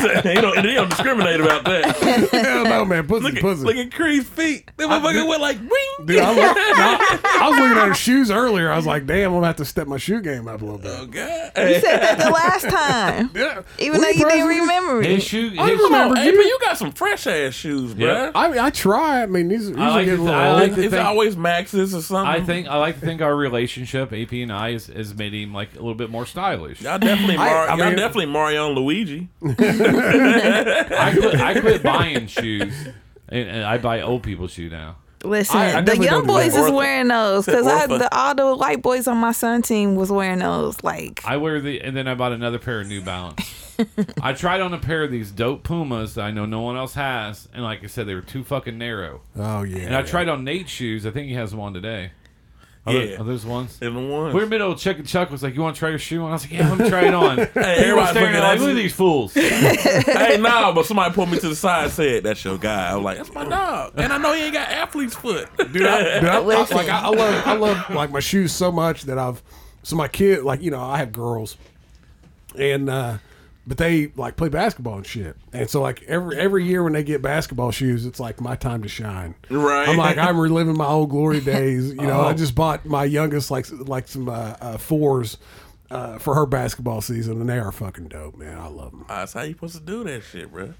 said, he don't, he don't discriminate about
(laughs)
that. (laughs)
hell no, man, pussy,
Look at,
pussy.
look at Creed's feet. That motherfucker went like, wing.
Dude, I,
(laughs)
look, no,
Oh,
I was looking at her shoes earlier. I was like, damn, I'm gonna have to step my shoe game up a little
Oh,
bit.
God.
You said that the last time,
Yeah,
even
We
though you didn't
presidents?
remember
His
it.
shoe. His
(laughs) I
shoe-
remember
Hey,
you.
but you got some fresh ass shoes,
Yeah.
bruh.
I mean, I try. I mean, these, these
I
are
like
getting
to-
a
I
little
like
old.
to
It's
think-
always Max's or something.
I think I like to think our relationship, AP and I, has, has made him like a little bit more stylish.
Y'all definitely,
I-
Mar-
I
y'all
mean-
definitely Mario and Luigi.
I quit, I quit buying shoes, and, and I buy old people's shoe now.
Listen,
I- I
the
definitely
young
don't do
boys
that.
is
Ortho.
wearing those
Said
because I
Ortho.
the, all the white boys on my son team was wearing those. Like
I wear the, and then I bought another pair of New Balance. I tried on a pair of these dope Pumas that I know no one else has, and like I said, they were too fucking narrow.
Oh yeah.
And I tried on Nate's shoes. I think he has one today. Are there-
Yeah.
are those ones?
And the ones.
We were middle of Chuck and Chuck was like, "You want to try your shoe?" on?" I was like, "Yeah, I'm trying on." People were
everybody's
staring
looking
at
at
like,
us.
"Look at these fools."
hey, no, but somebody pulled me to the side and said, That's your guy. I was like, That's
Oh.
my dog. And I know he ain't got athlete's
(laughs)
foot.
Dude, I, dude, I, I-
Listen.
like I, I love I love like my shoes so much that I've so my kid like you know I have girls, and uh but they like play basketball and shit, and so like every every year when they get basketball shoes, it's like my time to shine.
Right.
I'm like I'm reliving my old glory days. You know, I just bought my youngest like s- like some uh, uh, fours. Uh, for her basketball season, and they are fucking dope, man. I love them.
That's how you supposed to do that shit, bruh.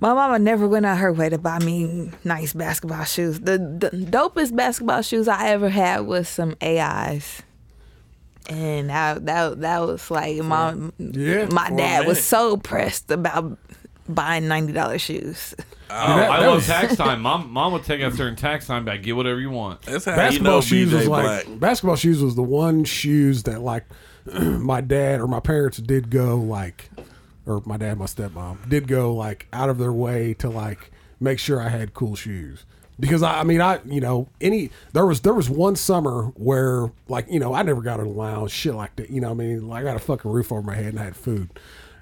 my mama never went out her way to buy me nice basketball shoes. The, the dopest basketball shoes I ever had was some AIs. And I, that that was like my
Yeah,
my
for a
dad was
minute.
so pressed about buying ninety dollars shoes.
Oh,
that-
I
that
love
was-
tax time. Mom, mom would take us during tax time. Be like, "Get whatever you want."
That's how (laughs)
basketball
you know
shoes
BJ
was
Black.
like basketball shoes was the one shoes that like (clears throat) my dad or my parents did go like or my dad my stepmom did go like out of their way to like make sure i had cool shoes because I, I mean i you know any there was there was one summer where like you know i never got an allowance shit like that you know what i mean like i got a fucking roof over my head and i had food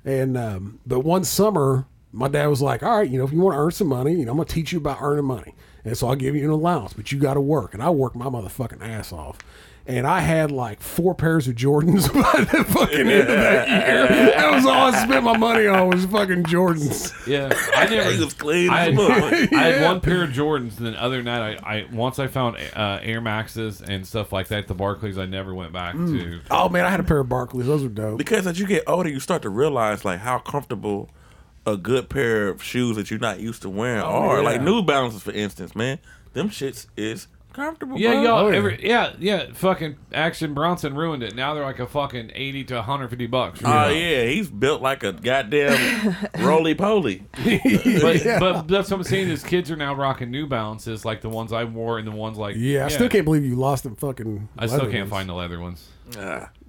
and um but one summer my dad was like, "All right, you know, if you want to earn some money, you know, I'm gonna teach you about earning money, and so I'll give you an allowance, but you got to work." And I worked my motherfucking ass off, and I had like four pairs of Jordans (laughs) by the fucking end of that year. That was all I spent my money on was fucking Jordans.
Yeah,
(laughs)
I never.
He was clean
I
as
had,
fuck.
I had one pair of Jordans, and then other night, I, I once I found uh, Air Maxes and stuff like that. at The Barclays, I never went back to.
Oh man, I had a pair of Barclays. Those were dope.
Because as you get older, you start to realize like how comfortable a good pair of shoes that you're not used to
Oh,
wearing are.
yeah.
Like New Balances, for instance, man. Them shits is comfortable.
Yeah,
bro.
y'all.
Oh, yeah.
Every, yeah, yeah. Fucking Action Bronson ruined it. Now they're like a fucking eighty to one hundred fifty bucks. you
Oh
know?
yeah, he's built like a
(laughs)
goddamn roly poly.
But, but that's what I'm saying is kids are now rocking New Balances like the ones I wore and the ones like
Yeah, I still can't believe you lost them fucking.
I still
leather
can't
ones.
find the leather ones.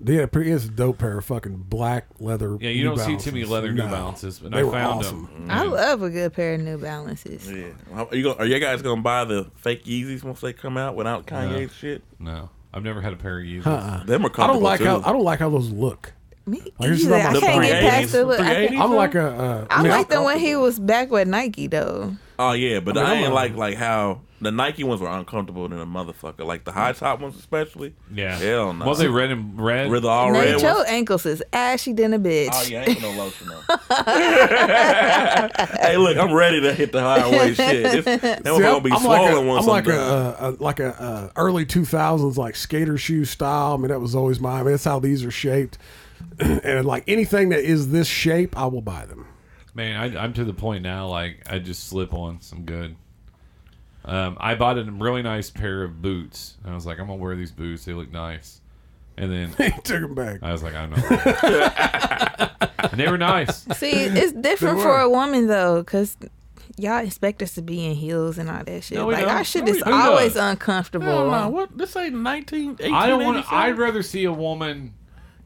Yeah, pretty, it's a dope pair of fucking black leather.
Yeah, you
New
don't see too many
Balances.
leather New
No.
Balances, but
They
I
were
found
awesome.
them.
I love a good pair of New Balances.
Mm. Yeah. How- Are you gonna, are you guys gonna buy the fake Yeezys once they come out without Kanye's shit?
No, I've never had a pair of Yeezys.
Uh-uh.
Them are
I don't
comfortable
like
too.
how I don't like how those look.
Me
Like, it's
either.
not
I
my
can't get
thing.
past the look. I, can't-
380s?
I'm like a. Uh,
I
mean,
like the when he was back with Nike though.
oh yeah, but
I
I,
mean, I'm
ain't
a-
like like how the Nike ones were uncomfortable than a motherfucker. Like the high top ones especially.
Yeah.
Hell no.
Was they red and red?
With the all
Nate,
red
your
ones.
ankles is ashy than a bitch.
Oh yeah, ain't no lotion on. (laughs) hey, look, I'm ready to hit the highway shit. This, that one's
See,
gonna be
I'm like
swollen
a-
one
I'm like
someday.
a, uh, a like a uh, early 2000s like skater shoe style. I mean, that was always my. I mean, that's how these are shaped, (clears throat) and like anything that is this shape, I will buy them. (laughs)
Man, I, I'm to the point now. Like I just slip on some good. Um, I bought a really nice pair of boots. And I was like, I'm gonna wear these boots. They look nice. And then
he took them back.
I was like, I'm not. and they were nice.
See, it's different
They
for
were.
a woman though, cause y'all expect us to be in heels and all that shit.
No, we
like our
don't.
shit
No, we
is
don't.
always
Who
uncomfortable.
Hell no, what? This ain't 19,
I don't want.
1887?
I'd rather see a woman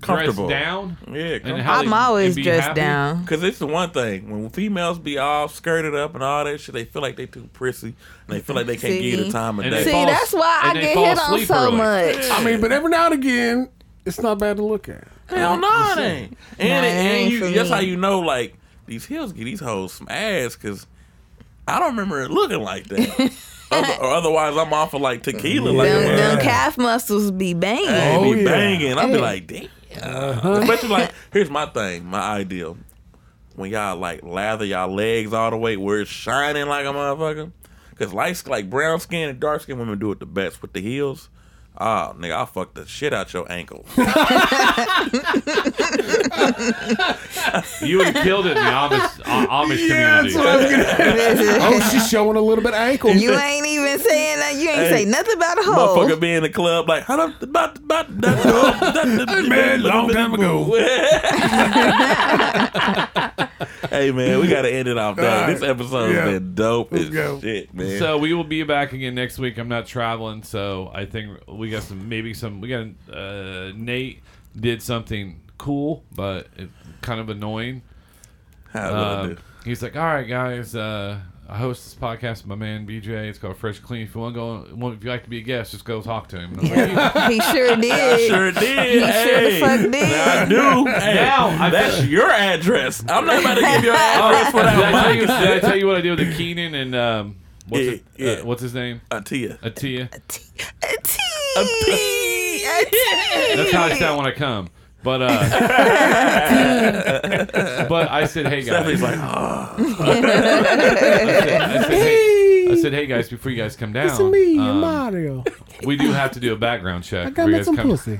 Comfortable.
dressed down.
Yeah,
and
comfortable.
how they-
I'm always
and be
dressed
happy.
down.
Cause it's the one thing when females be all skirted up and all that shit, they feel like they too prissy and they feel like they can't give you the
See?
time of
And
day.
See,
they fall
that's why
as-
I
and they
get
fall
hit on
asleep
so
early.
much.
I mean, but every now and again, it's not bad to look at.
Hell no, it ain't. And,
Nah,
it,
it
and
ain't
you,
for
that's
me.
how you know, like these hills get these hoes some ass, cause I don't remember it looking like
(laughs)
that. Other, or otherwise, I'm off of like tequila, like
Them,
a
them
motherfucker.
calf muscles be banging. (laughs)
They
Oh,
be
yeah. Uh-huh.
banging. I'll be
Yeah.
like, damn. Especially like, here's my thing, my ideal. When y'all like lather y'all legs all the way where it's shining like a motherfucker. Cause light sk- like brown skin and dark skin women do it the best with the heels. Oh, nigga, I'll fuck the shit out your
(laughs)
ankle.
You would have killed it in the Amish, uh, Amish community.
(laughs) oh, she's showing a little bit of ankle.
you ain't even saying that. You ain't
Hey,
say nothing about a
Oh.
hoe.
Motherfucker be in the club like, how about about about that
Man, long time ago.
(laughs) Hey man, we gotta end it off though.
All right.
This episode's
Yeah.
been dope
Let's
as
go.
shit, man.
So we will be back again next week. I'm not traveling, so I think we got some maybe some we got uh, Nate did something cool, but it, kind of annoying.
How will it
Um,
do?
he's like, "All right, guys, uh, I host this podcast with my man BJ. It's called Fresh Clean. If you want to go, want- if you like to be a guest, just go talk to him." And I'm
(laughs)
like,
he sure did.
Sure did.
sure the
hey.
fuck did.
I do. Hey,
Now, I-
that's your address. I'm not about to give your
(laughs)
address
did, I
without
tell you,
mine.
did I tell you what I did with Keenan and um, what's,
Yeah,
it- uh,
yeah.
what's his name?
Atia.
Atia.
A T.
Atia.
A T.
That's
(laughs)
how I sound when I come. But uh, but I said, "Hey guys."
Stephanie's like, oh,
I said, hey, I said, hey guys, before you guys come down,
It's me,
um,
Mario.
we do have to do a background check.
I got
before you
me
guys
some
come-
pussy.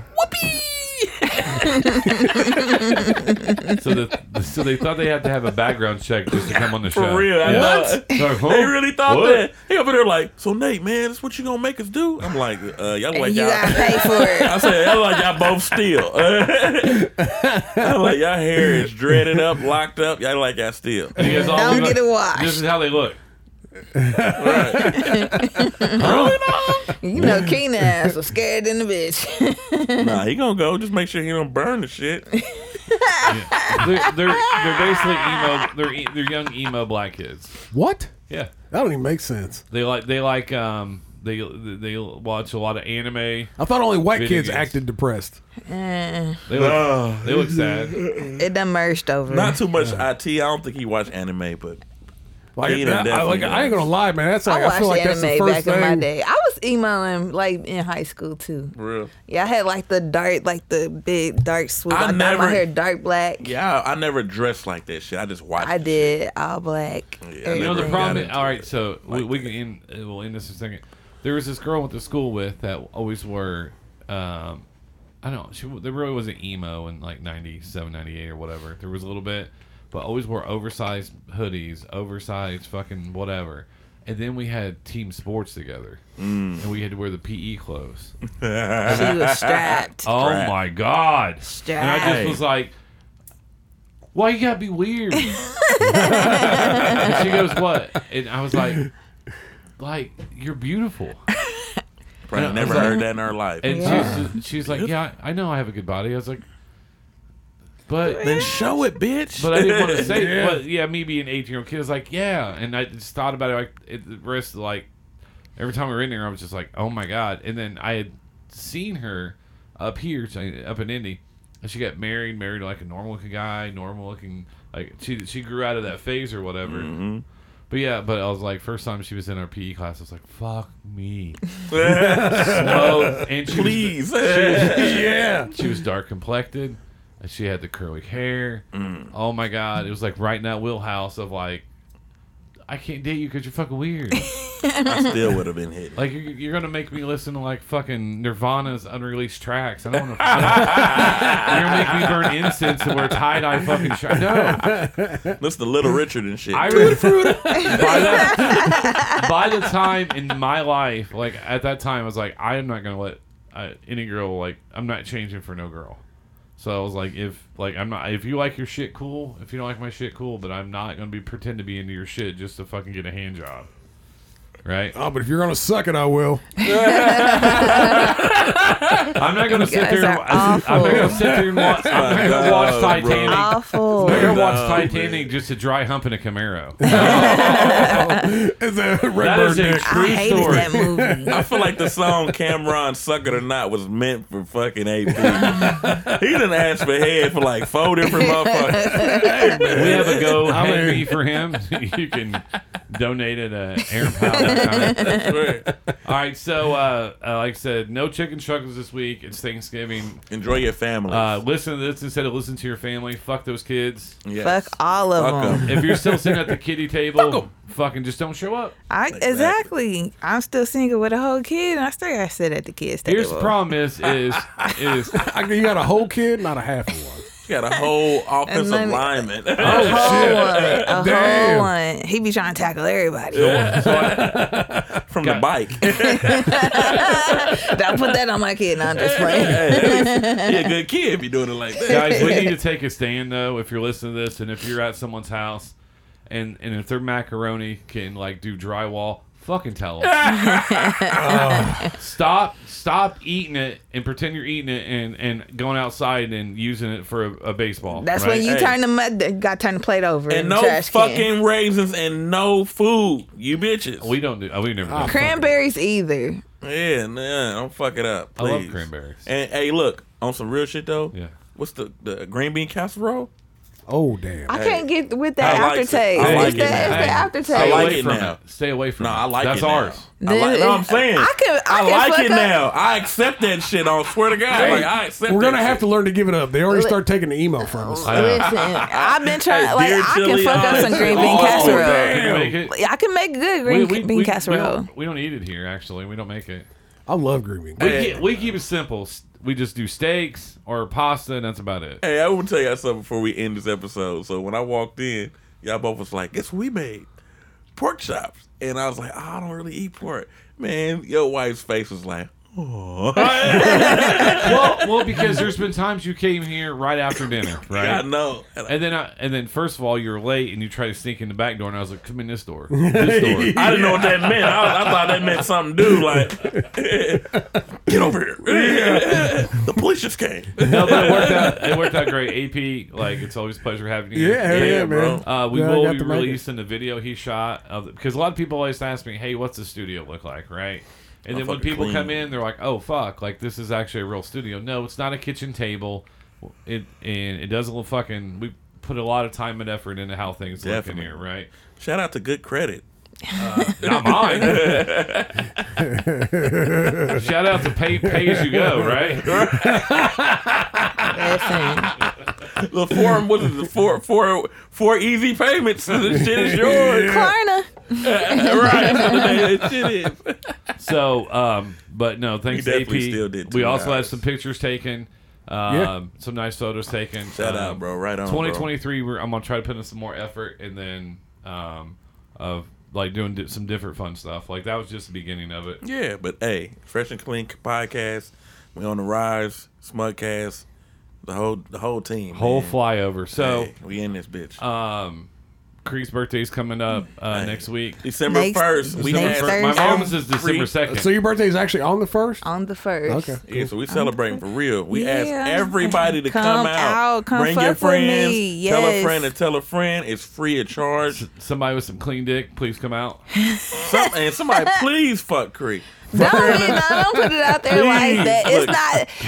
So, the, so they thought they had to have a background check just to come on the show.
for real. I
Yeah.
know it.
Like, huh?
They really thought
What?
that. He over there like, so Nate, man, that's what you gonna make us do? I'm like, uh, y'all like
You
y'all.
gotta pay for
(laughs)
it.
I said, I'm like y'all both steal. (laughs) I'm like y'all hair is dreaded up, locked up. Y'all like y'all steal.
And you guys all
Don't
look-
get it washed.
This is how they look.
You know, Keenan ass was scared in the bitch. (laughs)
Nah, he gonna go. Just make sure he don't burn the shit.
They're, they're, they're basically emo. They're e- they're young emo black kids.
What?
Yeah,
That don't even make sense.
they like they like um they they watch a lot of anime.
I thought only white
Video
kids
games.
acted depressed.
Eh,
They look they look sad.
it done merged over.
Not too much IT. I don't think he watched anime, but
Like,
He done
that, I, like
definitely
I ain't gonna
does.
lie, man. That's like
I
I,
watched
feel like that's the
anime back
first
in my
thing.
day. I was emoing like in high school too.
Real.
Yeah, I had like the dark, like the big dark swoop.
I
I, dyed
never-
my hair dark black.
Yeah, I, I never dressed like that shit. I just watched.
I
the
did all black.
Yeah, I
You know
never
the
got
problem.
into
all right,
it
so we,
like
we
that.
can end. uh, We'll end this in a second. There was this girl I went to school with that always wore. Um, I don't. know, She there really was an emo in like 97, 98 or whatever. There was a little bit, but always wore oversized hoodies, oversized fucking whatever. And then we had team sports together,
Mm.
and we had to wear the PE clothes.
She was strapped.
Oh
Strap.
my god! And I
strapped.
just was like, "Why you gotta be weird?" and she goes, "What?" And I was like, "Like you're beautiful."
shit. Probably
Yeah, I
never
was like-
heard that in her life.
And
Yeah.
she's she's like, "Yeah, I know I have a good body." I was like, "But."
then show it, bitch.
But I didn't
(laughs)
want to say it.
Yeah.
But yeah, me being an 18 year old kid I was like, yeah. And I just thought about it like it, the rest of like every time we were in there, I was just like, oh my god. And then I had seen her up here, so- up in Indy, and she got married, married to like a normal looking guy, normal looking like she she grew out of that phase or whatever. But yeah, but I was like, first time she was in our PE class, I was like, fuck me. Oh, and she was-
Please.
Yeah,
she was dark complected. And she had the curly hair. Oh my god, it was like right in that wheelhouse of like, I can't date you because you're fucking weird.
I still would have been hit.
like you're, you're gonna make me listen to like fucking Nirvana's unreleased tracks. I don't want to. you're gonna make me burn incense and wear tie dye fucking shirts. No,
Listen to Little Richard and shit.
I re- by, that, by the time in my life, like at that time, I was like, I am not gonna let uh, any girl like I'm not changing for no girl. So I was like, if like I'm not, if you like your shit, cool. If you don't like my shit, cool. But I'm not gonna be pretend to be into your shit just to fucking get a hand job, right?
Oh, but if you're gonna suck it, I
(laughs)
will. (laughs)
I'm not gonna sit
guys
there. And,
are
I'm not gonna
awful.
sit there and watch. I'm not gonna (laughs) watch
No, bro.
(laughs)
Titanic.
Awful.
I'm not gonna watch
No,
Titanic just to dry hump in a Camaro.
It's a red
That
bird
is a
dick.
I
true
hated
story.
that movie.
I feel like the song Cameron Suck It or Not was meant for fucking
(laughs)
AP. he done asked for head for like four different motherfuckers.
we have a go
I
hang
mean-
me for him. (laughs) you can donate it uh, at aaronpowell.com.
I swear.
All (laughs) right, so uh, uh, like I said, no chicken chuckles this week. It's Thanksgiving.
Enjoy your family.
Uh, listen to this instead of listen to your family. Fuck those kids.
Yes.
Fuck all of
Fuck 'em.
them.
If you're still sitting at the kiddie table, fucking just don't show up.
I, exactly. I'm still single with a whole kid, and I still got to sit at the kids' table.
Here's the problem: is is is
I, you got a whole kid, not a half of one.
You got a whole offensive
then-
lineman.
A
Oh,
whole one. A
Damn.
whole one. He be trying to tackle
(laughs)
everybody.
from the
Got-
bike.
(laughs)
(laughs)
Don't put that on my kid. No, I'm just playing.
Hey, he a good kid if you're doing it like that.
guys, we need to take a stand though. If you're listening to this, and if you're at someone's house, and and if their macaroni can like do drywall, fucking tell them. (laughs) stop, stop eating it and pretend you're eating it and and going outside and using it for a, a baseball.
That's
right?
when you
Hey.
turn the mud. Got to turn the plate over
And
in
no
the trash
fucking
can.
raisins and no food, you bitches.
we don't do. oh, We never. do.
cranberries either.
yeah, nah, don't fuck it up.
I love
please.
cranberries.
And hey, look on some real shit though.
Yeah.
What's the the green bean casserole?
Oh damn!
I can't get with that
I likes it.
aftertaste.
I like
it's
it
the, it's
now.
the aftertaste.
I
Stay
like
away
it
from
now.
it. Stay away from
No,
it.
I like
That's
it. now.
ours.
I like, no, I'm saying.
I can. I,
I,
can
like
fuck
it
up.
now. I accept that shit. I swear to God, like, I accept.
We're gonna
that
have
shit.
to learn to give it up. They already
Li-
start taking the emo from us.
I know.
Listen, I've been trying.
Hey,
like
dear
I can
chili
fuck up
eyes.
some green bean
Oh,
casserole.
damn.
Can you make it?
I can make good green bean
We
casserole.
(laughs)
don't, we don't eat it here. Actually, we don't make it.
I love grooming.
We, keep, we keep it simple. S- We just do steaks or pasta, and that's about it.
Hey, I will tell y'all something before we end this episode. So when I walked in, y'all both was like, "It's we made pork chops," and I was like, "I don't really eat pork." Man, your wife's face was like, "Oh, (laughs)
well, well, because there's been times you came here right
(laughs)
after dinner,
I
right?
know." And
And then, I, and then, first of all, you're late, and you try to sneak in the back door, and I was like, "Come in this
(laughs)
door, this door."
I didn't know what that meant. I, I thought that meant something new, like (laughs) get over here. the police just came.
No, but it worked out. It worked out great. AP, like it's always a pleasure having you.
Yeah,
here.
yeah,
Yeah,
yeah,
bro.
man.
Uh, we
Yeah, I
will
got
be
to make it.
releasing the video he shot of because a lot of people always ask me, "Hey, what's the studio look like?" Right? And then when
Motherfucker
people
clean.
come in, they're like, "Oh fuck! Like this is actually a real studio." No, it's not a kitchen table. It and it does a little fucking. We put a lot of time and effort into how things
Definitely.
look in here, right?
Shout out to good credit. Uh,
Not mine. Shout out to pay pay as
(laughs)
you go, right?
(laughs)
Listen,
The four what is it, the four four four easy payments. The shit is yours.
Klarna.
right. That's what the damn shit is.
So, um, but no, thanks
You
AP.
definitely still did
we
two
also had
hours.
some pictures taken. Um,
Yeah.
some nice photos taken.
Shout out,
Um,
bro. Right on. bro.
2023 we're, i'm gonna try to put in some more effort and then um of like doing di- some different fun stuff like that was just the beginning of it
Yeah, but hey, fresh and clean podcast. We on the rise. Smugcast. The whole the whole team.
whole
man.
flyover so
Hey, we in this bitch.
um Creek's birthday's coming up uh, next week.
December
next-
first. We
next
had
Thursday.
My mom's
Every-
is December
So
second.
your birthday is actually on the first.
on the first.
Okay.
Yeah, so we celebrating for real. We ask
Yeah.
everybody to come,
(laughs) Come
out,
out, come
bring your
fuck with me.
friends, tell a
Yes.
friend to tell a friend. It's free of charge.
(laughs)
Somebody with some clean dick, please come out.
Some, and somebody please fuck Creek.
Don't, you know, don't put it out there
Please,
like that. It's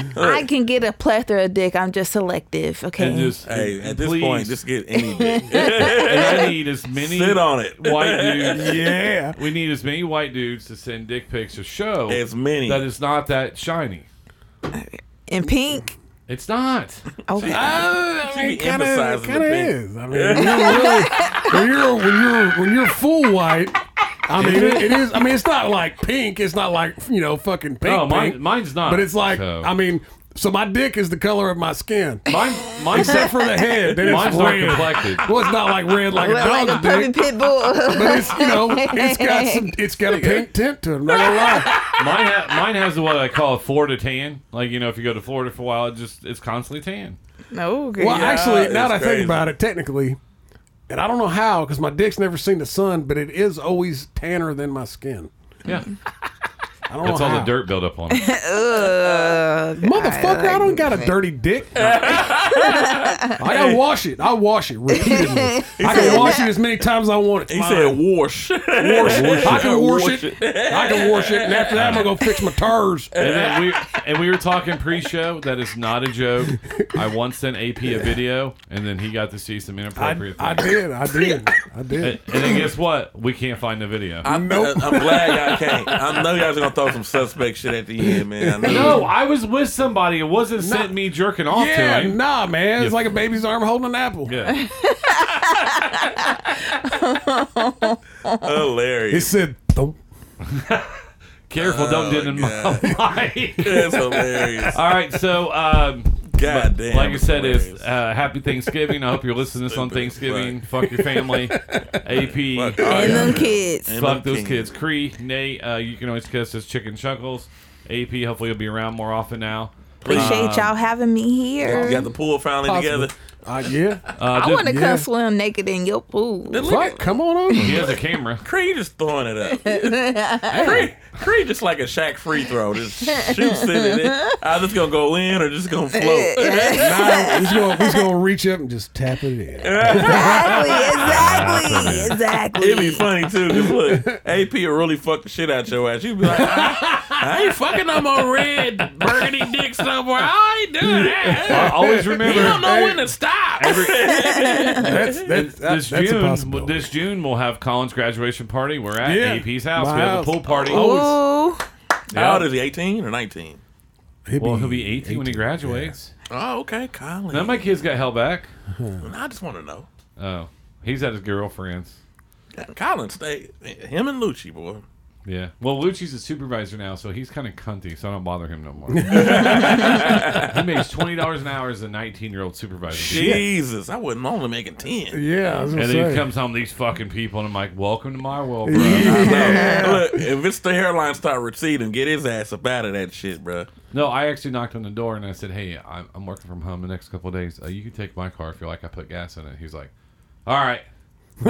not.
look.
I can get a plethora of dick. I'm just selective. Okay.
And just
Hey, at this
please,
point, just get any dick.
and
(laughs)
I need as many
Sit on it.
white
(laughs)
dudes.
Yeah.
We need as many white dudes to send dick pics to show
As many.
that it's not that shiny.
in pink.
It's not.
Okay.
Ah,
Uh,
She be
kind of,
emphasizing
kind of
the pink.
is. I mean, when you're, really, when you're when you're when you're full white, I mean, it, it is. I mean, it's not like pink. It's not like you know, fucking pink.
No, Oh, mine-
pink.
mine's not,
But it's like,
so.
I mean, so my dick is the color of my skin,
Mine, mine's
except for the head. Then
Mine's
it's
not
red.
complected.
Well, it's not like red like
Look
a
like a
dog's
puppy
dick,
(laughs)
pit bull.
but it's you know, it's got (laughs) some, it's got a pink tint to it. I'm not
(laughs)
gonna lie.
mine, ha- mine has what I call a Florida tan. Like you know, if you go to Florida for a while, it just it's constantly tan.
no. Okay.
Well,
Yeah,
actually, now
it's
that I
crazy.
think about it, technically, and I don't know how, because my dick's never seen the sun, but it is always tanner than my skin.
Yeah,
Oh, I don't
that's
know
all
how.
the dirt built up
(laughs)
on it.
Motherfucker, I don't got a dirty dick. (laughs) I gotta wash it. I wash it (laughs) repeatedly. I can wash it as many times as I want. It's
He
mine.
said wash. (laughs)
wash it. I can wash,
Wash
it. I can wash it. And after that, I'm gonna go fix my tars.
And then we and we were talking pre-show. That is not a joke. I once sent AP a video, and then he got to see some
I,
inappropriate.
I
things.
did. I did. I did.
And then guess what? We can't find the video.
I'm,
Nope.
I'm glad y'all came. I know y'all was gonna throw some suspect shit at the end, man. I know.
no, I was with somebody. It wasn't sent me jerking off
Yeah,
to him.
nah, man. It's
Yeah.
like a baby's arm holding an apple.
Yeah.
It (laughs)
hilarious.
said, "Thump."
(laughs) Careful, don't get in my (laughs) mic.
It's hilarious.
All right, so um,
God damn.
like I said,
it's
is uh, happy Thanksgiving. I hope you're listening to this on Thanksgiving. Fuck your family. AP. (laughs)
Fuck all
and
y'all.
them kids.
And
Fuck
them
those
kids.
kids. Cree, Nate, uh, you can always kiss us chicken chuckles. AP, hopefully you'll be around more often now.
Appreciate y'all having me
You got
here.
the pool finally together.
Uh, yeah.
Uh,
I
this-
want to
yeah.
come swim naked in your pool.
Fuck, come on over.
he has a camera. (laughs)
Cree just throwing it up. Cree, Cree just like a Shaq free throw. Just shoots it and it. I just gonna go in or just gonna float.
Nah, he's gonna he's gonna reach up and just tap it in.
exactly.
(laughs)
Exactly.
It'd be funny
Exactly.
too, cause look, AP will really fuck the shit out your ass. You'd be like, I, I ain't fucking no more red burgundy dick somewhere. I ain't doing that.
I
(laughs)
always
You don't
remember.
know when to stop. (laughs)
That's that's
This
that's, that's a
June,
possibility.
this June we'll have Colin's graduation party. We're at
Yeah. Oh.
AP's house.
My
we have a
house.
pool party.
Ooh.
How old is he? Eighteen or nineteen?
He'd
Well, he'll be 18, when he graduates.
Oh, okay, Colin.
None of my kids got held back.
I just want to know.
Oh, he's at his girlfriend's.
Colin, stay him and Lucci, boy.
Yeah. Well, Lucci's a supervisor now, so he's kind of cunty, so I don't bother him no
(laughs)
more. he makes twenty dollars an hour as a nineteen-year-old supervisor,
Jesus, I wasn't only making ten.
Yeah, I was gonna
and then
say.
he comes home these fucking people, and I'm like, "Welcome to my world, bro."
Yeah.
No, look, if it's the hairline start receding, get his ass up out of that shit, bro.
no, I actually knocked on the door and I said, "Hey, I'm, I'm working from home the next couple of days. Uh, you can take my car if you like. I put gas in it." He's like, "All right." (laughs)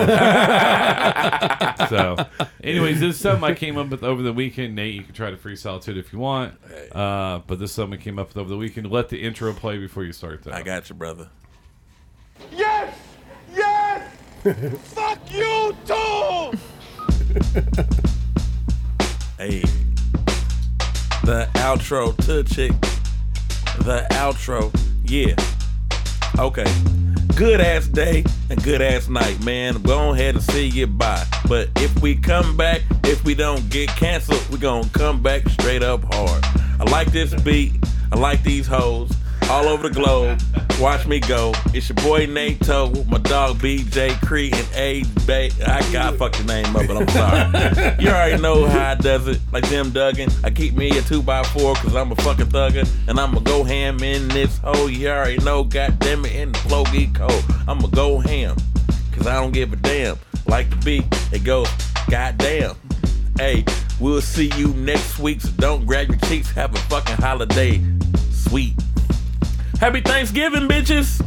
so, anyways, this is something I came up with over the weekend. Nate, you can try to freestyle to it if you want, uh, but this is something I came up with over the weekend. Let the intro play before you start, though.
I got you, brother.
Yes! Yes! Fuck you too!
Hey. The outro to chick. The outro. Yeah. Okay. good ass day and good ass night, man. Go ahead and say goodbye. But if we come back, if we don't get canceled, we gonna come back straight up hard. I like this beat. I like these hoes all over the globe. Watch me go. It's your boy NATO, my dog BJ Cree, and A Bay. I got fucked your name up, but I'm sorry. you already know how I does it. Like them Duggan. I keep me a 2 by 4 because I'm a fucking thugger. And I'm going to go ham in this hole. You already know, goddamn it, in the flow geek code. I'm going to go ham because I don't give a damn. Like the beat, it goes, goddamn. Hey, we'll see you next week, so don't grab your cheeks. Have a fucking holiday. Sweet. Happy Thanksgiving, bitches.